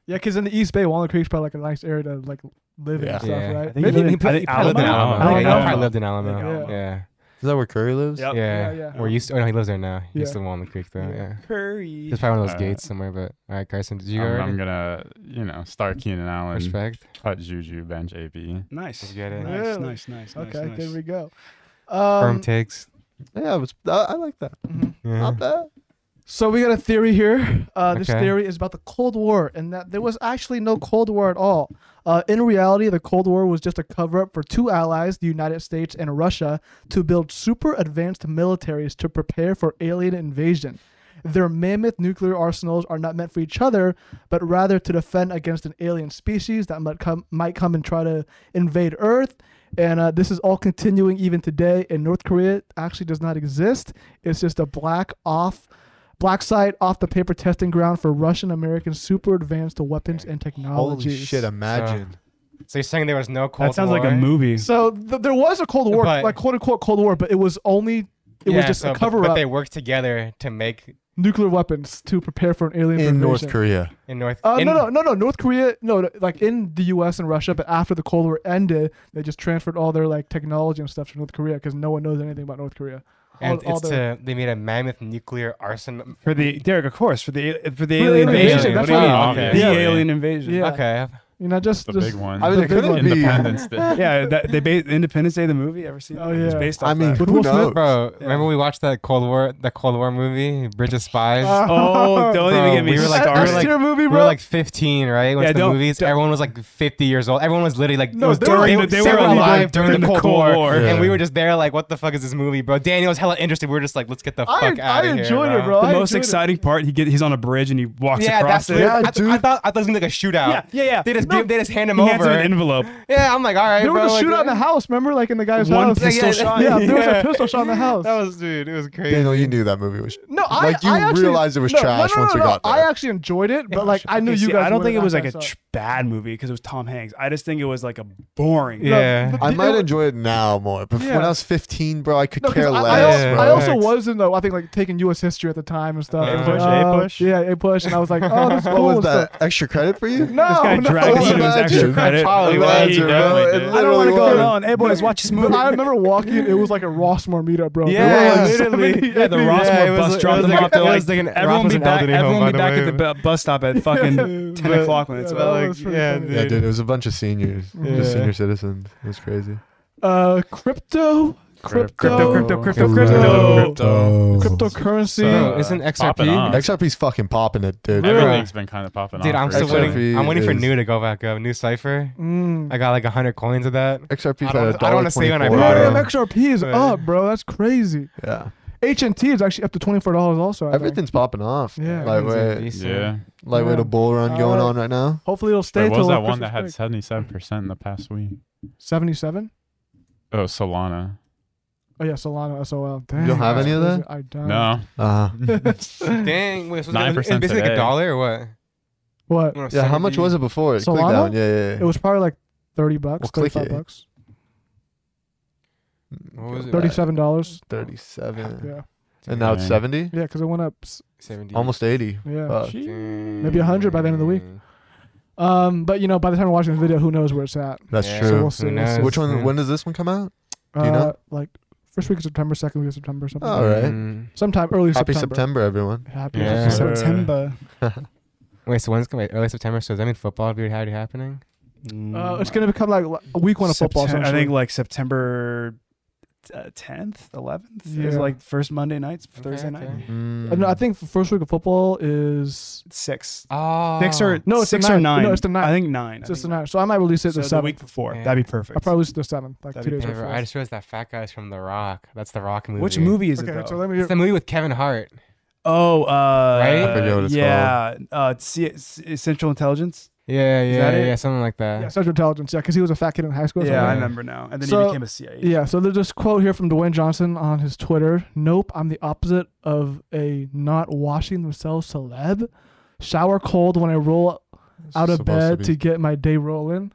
Yeah, because in the East Bay, Walnut Creek's probably like a nice area to like live in Yeah. and stuff, Yeah. right? think he Maybe. lived- I think probably lived in Alabama. Alamo. Yeah, he Alabama. probably lived in I think Alamo. Alamo. Yeah. Is that where Curry lives? Yep. Yeah. yeah. Or you used to, oh no, he lives there now. Yeah. He's still on the creek though. Yeah. Yeah. Curry. It's probably one of those Alright. gates somewhere, but all right, Carson, did you I'm, already? I'm gonna, you know, start Keenan Allen, Respect. cut Juju, bench AP. Nice. Let's get it. Nice, Really? nice, nice. nice, Okay, nice. there we go. Firm Um, takes. Yeah, it was, I, I like that. mhm. Yeah. Not bad. so we got a theory here. Uh, this Okay. theory is about the Cold War and that there was actually no Cold War at all. Uh, in reality, the Cold War was just a cover up for two allies, the United States and Russia, to build super advanced militaries to prepare for alien invasion. Their mammoth nuclear arsenals are not meant for each other, but rather to defend against an alien species that might come might come and try to invade Earth. And uh, this is all continuing even today. And North Korea actually does not exist. It's just a black off, black site off the paper testing ground for Russian American super advanced weapons and Holy technologies. shit! Imagine. So you're saying there was no Cold That sounds War? like a movie. So th- there was a Cold War, But- like quote unquote Cold War, but it was only it was Yeah, just so- a but- cover but, up they worked together to make nuclear weapons to prepare for an alien in North invasion. Korea. in North. Uh, in, no, no, no, no. North Korea, no, no, like in the U.S. and Russia, but after the Cold War ended, they just transferred all their like technology and stuff to North Korea because no one knows anything about North Korea. All, And all it's their- to they made a mammoth nuclear arsenal. For the Derek, of course, for the for the For alien the invasion, invasion. that's What do you what I- mean? okay. The Yeah. alien invasion. Yeah. Okay, you know, just the just big one. I mean, The it big couldn't one. be. Independence Day. yeah, that, they ba- Independence Day, the movie. Ever seen? Oh, that? It's yeah. based off I mean, that. With who Will Smith? knows? bro. Yeah. Remember we watched that Cold War, that Cold War movie, Bridge of Spies. Uh, oh, don't Bro, even get me we were like- That we were started. like- S-tier movie, we bro. were like 15, right? Went Yeah, to the don't- movies. don't- Everyone was like 50 years old. Everyone was literally like, No, it was they were- during, they- they, they were were alive alive during, the Cold, War, Yeah. and we were just there like, what the fuck is this movie, bro? Daniel was hella interested. We were just like, let's get the I- fuck out I of here. enjoyed it, bro. The I most enjoyed it. exciting part, he get he's on a bridge and he walks Yeah, across that's it. literally- Yeah, I, th- I dude. thought I thought it was gonna be like a shootout. Yeah, yeah, yeah. They just No. they just hand him He hands over. him an envelope. yeah, I'm like, all right, there bro. was a like, eh." shootout in the house. Remember, like in the guy's One house. pistol yeah, shot. Yeah, there was Yeah. a pistol shot in the house. That was dude. It was crazy. Daniel, you knew that movie was. no, I like you I actually, realized it was no, trash no, no, once no, we no. got there. I actually enjoyed it, but like I knew Okay, you see, guys. I don't think it wouldn't was like a after I saw tr- bad movie because it was Tom Hanks. I just think it was like a boring. Yeah. but I the- might it- enjoy it now more, but when Yeah. I was 15, bro, I could No, 'cause care I, I, less. also, Yeah. bro. I also Thanks. wasn't though. I think like taking U.S. history at the time and stuff. A It was push, like, A oh, push? Yeah, a push, and I was like, oh, that's cool. what and was stuff. that? Extra credit for you? No, This guy no. dragged us into his Imagine. extra credit. Probably was, he bro. definitely It did. literally I don't want to go was. alone. Hey boys, watch this But movie. I remember walking. It was like a Rossmore meetup, bro. There were, Yeah, like, literally. so many- Yeah, the every- Rossmore Yeah, it was bus like- dropped it was them like- off. They're it like, was like an- everyone Ross be was an back. elderly home, Everyone by be the back way. at the bu- bus stop at fucking ten But- o'clock when it's yeah, over. that like, was pretty yeah, funny. Yeah, dude, it was a bunch of seniors, just Yeah. senior citizens. It was crazy. Uh, crypto, crypto, Crypto, crypto, crypto, Crypto. crypto. cryptocurrency. Bro, isn't uh, Popping XRP? off. XRP's fucking popping it, dude. Everyone- Everything's been kind of popping Dude, off. I'm for still sure. waiting. I'm waiting for is- new to go back up. New cipher. Mm. I got like hundred coins of that. XRP's I don't- at I don't wanna say when I $1.24. bought Damn, it. XRP is Right. up, bro. That's crazy. Yeah, HNT is actually up to twenty four dollars. Also, I think. everything's popping off. Yeah. lightweight, Decent. Yeah. lightweight Yeah. a bull run going Alright. on right now. Hopefully, it'll stay Wait, what was till that one that had 77% in the past week? seventy seven. Oh, Solana. Oh yeah, Solana SOL. don't Dang, have that's any of crazy. that? I don't. No. Uh, Mm. Dang, wait, so 9% it's basically like today. a dollar or what? What? yeah, how much was it before? Click Solana? that one. Yeah, yeah. yeah. It was probably like thirty bucks, Well, click thirty-five it. bucks, What was it? thirty-seven dollars. Thirty-seven. Yeah, And now it's Dang. seventy. yeah, because it went up. s- 70. Almost eighty. Yeah. Fuck. maybe 100 by the end of the week. Um, but you know, by the time we're watching this video, who knows where it's at? That's Yeah. true. So we'll see. Who we'll see. knows? Which one? Yeah. When does this one come out? Uh, Do you know? Like first week of September, second week of September, something. Oh. like Alright. Mm. that. Sometime early Happy September. September, everyone. Happy Yeah. September. September. Wait, so when's going to early September? So does that mean football will be already happening? Uh, it's gonna become like a week one of football. Mm, Septem- I essentially. think like September uh, tenth, eleventh is Yeah. like first Monday nights, Thursday Okay, okay. night. Uh, no, I think the first week of football is It's six. Oh. Six or No, it's six the or ninth. nine. No, it's the ninth. I think nine. it's I just think tonight, so I might release it So the the seventh. week before. Yeah. That'd I be perfect. probably release it the seventh, like That'd two be days. perfect. before. Never, I just realized that fat guy's from The Rock. That's The Rock movie. Which movie is it? Okay, though? so let me. It's the movie with Kevin Hart. Oh, uh, Right? I forget what it's yeah, uh, C- C- Central Intelligence. Yeah, yeah, that it? yeah, something like that. Yeah, Central Intelligence. Yeah, because he was a fat kid in high school. so Yeah, I like- remember now. And then So- he became a CIA. Yeah, so there's this quote here from Dwayne Johnson on his Twitter. Nope, I'm the opposite of a not washing themselves celeb. Shower cold when I roll out of bed to, get my day rolling.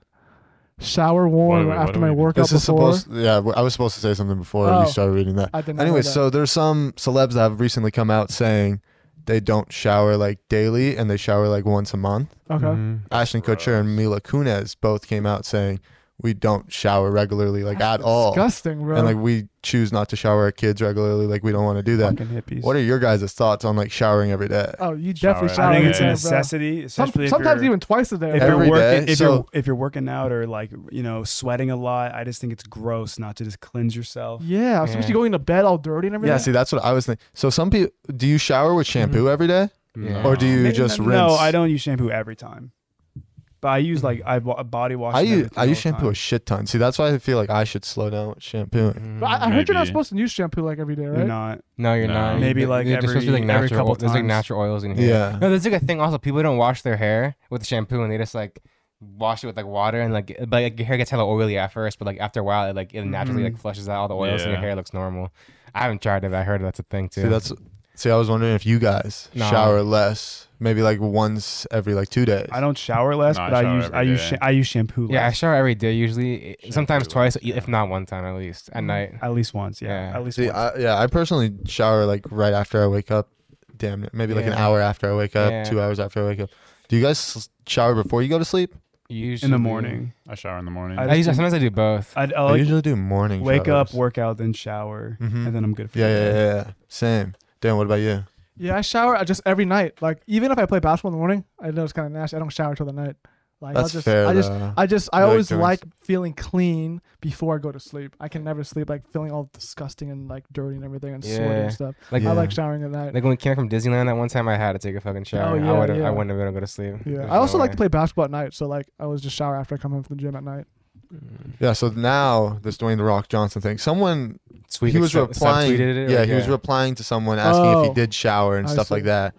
Shower warm Wait, wait, what after do my we do? workout This is before. supposed. Yeah, I was supposed to say something before Oh. you started reading that. I didn't Anyway, so there's some celebs that have recently come out saying they don't shower like daily and they shower like once a month. okay, Mhm. Ashton Kutcher and Mila Kunis both came out saying we don't shower regularly like That's at all, disgusting, bro. and like we choose not to shower our kids regularly. Like we don't want to do that. Fucking hippies. What are your guys' thoughts on like showering every day? oh, you definitely Shower every shower. I think Yeah. it's a Yeah, bro. necessity, Some, especially if sometimes you're, even twice a day. if bro. you're Every working day, if so- you're if you're working out or like you know sweating a lot. I just think it's gross not to just cleanse yourself. yeah, especially going to bed all dirty and everything. Yeah, see, that's what I was thinking. So some people, do Mm-hmm. you shower with shampoo every day, Yeah. or do you just no, rinse? I don't use shampoo every time. But I use like I wa- body wash. I and use everything I all use the time. shampoo a shit ton. See, that's why I feel like I should slow down with Mm-hmm. shampooing. But I, I heard you're not Maybe. supposed to use shampoo like every day, You're right? not. Mm. No, you're No. not. Maybe, You're- like, you're just supposed to be, every- like every natural. couple oil- There's like times. natural oils in here. Yeah. No, there's a good thing. Also, people don't wash their hair with shampoo, and they just like wash it with like water, and like, but like, your hair gets hella oily at first, but like after a while, it like it naturally like flushes out all the oils, and your Yeah. hair looks normal. I haven't tried it. but I heard that's a thing too. See, that's see. I was wondering if you guys Nah. shower less, maybe like once every like two days. I don't shower less, No, I but I shower use every I use day. sha- I use shampoo. yeah, I less. shower every day usually, Shampoo sometimes once, twice, yeah. if not one time at least at night. at least once. Yeah, Yeah. at least See, once. I, yeah, I personally shower like right after I wake up. Damn, near- maybe like an Yeah. hour after I wake up, Yeah. two hours after I wake up. Do you guys s- shower before you go to sleep? Usually in the morning. I shower in the morning. I- I usually sometimes I do both. I'd I I, Oh, like, usually do morning. wake up, showers. work out, then shower, Mhm. and then I'm good for Yeah, the yeah, day. yeah, yeah. Same. Dan, what about you? Yeah, I shower uh, just every night. Like even if I play basketball in the morning, I know it's kind of nasty. I don't shower till the night. Like That's I'll just, fair. I just, though. I just, I You like always doing like feeling clean before I go to sleep. I can never sleep like feeling all disgusting and like dirty and everything and sweaty Yeah. and stuff. Like Yeah. I like showering at night. Like when we came from Disneyland that one time, I had to take a fucking shower. yeah, I would yeah. I wouldn't have been able to go to sleep. yeah, There's I also no like to play way. basketball at night, so like I always just shower after I come home from the gym at night. yeah. So now this Dwayne the Rock Johnson thing. Someone Tweeted he was sub- replying. subtweeted it, yeah, like, he was replying to someone asking if Oh. he did shower and I stuff like see. that.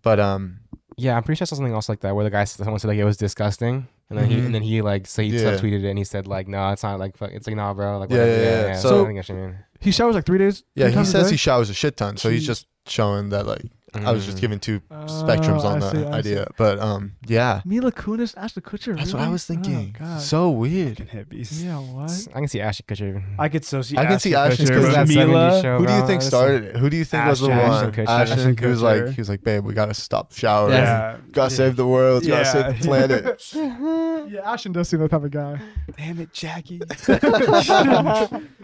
But um, Yeah, I'm pretty sure I saw something else like that where the guy said someone said like it was disgusting, and then he Mhm. and then he like so he Yeah. tweeted it and he said like no, it's not like fuck, it's like nah, bro, like Yeah, whatever. yeah, yeah. So, So- I think I should mean. He showers like three days. yeah, three he times a says day? he showers a shit ton. So he's Jeez. just showing that like I was just Mm. giving two Oh, spectrums on I the see, I see. idea. But um, yeah, Mila Kunis, Ashton Kutcher. that's what I really? was Oh, thinking. God. so weird. Fucking hippies. yeah, what? I can see Ashley Kutcher. I could so see. I can see Ashton Ashton Kutcher, Kutcher. but That Mila. Oh, Who do you think started it? Who do you think was the Ashton one? Kutcher. Ashton, Ashton who was like, Kutcher. he was like, babe, we gotta stop showering. Yeah. Gotta save the world. Gotta Yeah. save the planet. Yeah, Ashton does seem that type of guy. Damn it, Jackie.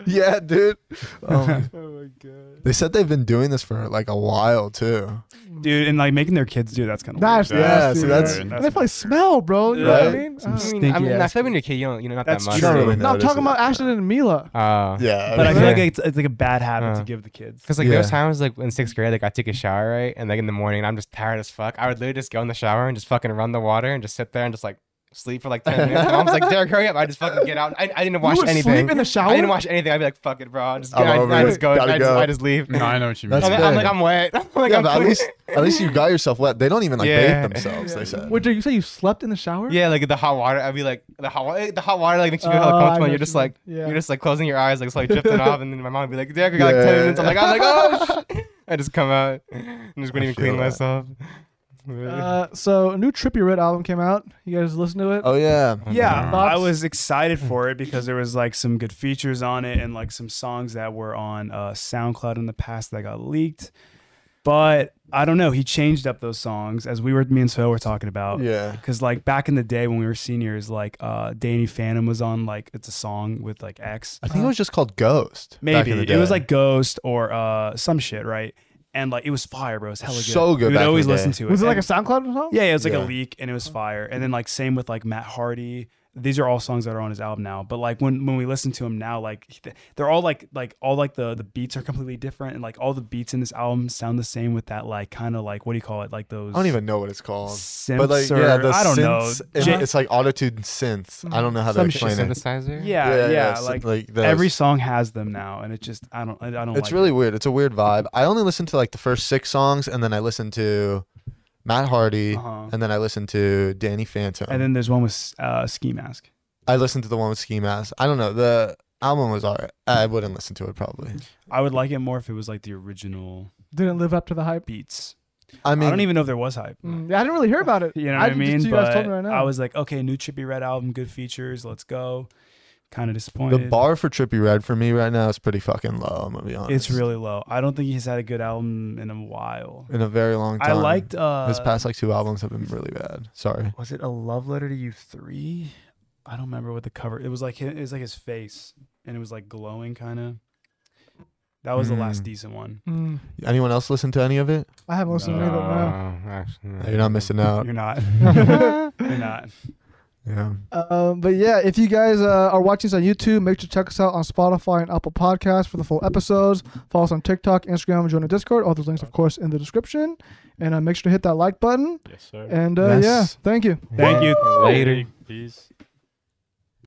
yeah, dude. Um, Oh my god. they said they've been doing this for like a while too. Dude, and like making their kids do that's kind of That's Yeah, nasty. so man. that's- And they probably smell, bro. You know Right? what I mean? Some Uh, I st- mean, I, Stinky mean I ass feel like when you're a kid, you don't you know not That's that true. much. You don't really no, I'm notice talking it. about Ashton and Mila. Uh, Yeah, But I mean, feel Yeah. like it's, it's like a bad habit to Uh. give the kids. Cause like Yeah. there's times like in sixth grade, like I take a shower right, and like in the morning, I'm just tired as fuck. I would literally just go in the shower and just fucking run the water and just sit there and just like sleep for like ten minutes. Mom's like, Derek, hurry up! I just fucking get out. I, I didn't wash you would anything. sleep in the I shower. didn't wash anything. I'd be like, fuck it, bro. I just, I'm I, over I it. just go. Gotta I, Just, go. I just leave. no, I know what you mean. That's I'm, fair. I'm like, I'm wet. I'm like, yeah, I'm but at clean. least at least you got yourself wet. They don't even like Yeah. bathe themselves. They said. Wait, dude, you say you slept in the shower? Yeah, like the hot water. I'd be like, the hot water, the hot water, like makes you feel Oh, I hella know comfortable. and You're what just you like, mean. Yeah. you're just like closing your eyes, like slowly drifting off, and then my mom would be like, Derek, we got like Yeah. ten minutes. I'm like, I'm like, oh, shit. I just come out. I'm just I wouldn't feel even clean that. myself. Uh, so a new Trippy Red album came out. You guys listen to it? Oh yeah. Yeah, Thoughts? Um, I was excited for it because there was like some good features on it and like some songs that were on uh, SoundCloud in the past that got leaked. But I don't know. He changed up those songs as we were me and Phil were talking about. Yeah. Cause like back in the day when we were seniors, like uh Danny Phantom was on like it's a song with like X. I think it was just called Ghost. back Uh, Maybe in the it was day. like Ghost or uh some shit, right? And like it was fire, bro. It was hella good. So good We back would in always the day. listen to it. was it like And- a SoundCloud song? yeah, it was like Yeah. a leak and it was fire. And then like same with like Matt Hardy. These are all songs that are on his album now. But like when when we listen to him now, like th- they're all like like all like the the beats are completely different and like all the beats in this album sound the same with that like kind of like what do you call it like those I don't even know what it's called. synths but like or, yeah, the I don't synths, know it- J- it's like autotune synths. I don't know how to Some shit. explain it. synthesizer. yeah yeah, syn- like, those. every song has them now and it just I don't I don't It's like really weird. It's a weird vibe. I only listened to like the first six songs, and then I listened to Matt Hardy, Uh-huh. and then I listened to Danny Phantom, and then there's one with uh, Ski Mask. I listened to the one with Ski Mask. I don't know. The album was alright. I wouldn't listen to it probably. I would like it more if it was like the original Didn't live up to the hype. beats. I I, mean, don't even know if there was hype. Mm, yeah, I didn't really hear about it. You know I what I, just- mean? You but guys told me right now. I was like, okay, new Chippy Red album, good features, let's go. Kind of the disappointed. bar for Trippy Red for me right now is pretty fucking low. I'm gonna be honest. it's really low. I don't think he's had a good album in a while. in a very long time. I liked uh his past like two albums have been really bad. Sorry. was it a love letter to you three? I don't remember what the cover. It was like hi- it was like his face, and it was like glowing, kind of. That was the last Mm. decent one. Mm, Anyone else listen to any of it? I haven't listened to No. it. No. Oh, actually, no. You're not missing out. You're not. You're not. Yeah. Um, but yeah, if you guys uh, are watching this on YouTube, make sure to check us out on Spotify and Apple Podcasts for the full episodes. Follow us on TikTok, Instagram, and join the Discord. All those links, of course, in the description. And uh, make sure to hit that like button. Yes, sir. And uh, yeah, Yes. thank you. Thank you. Later. Peace.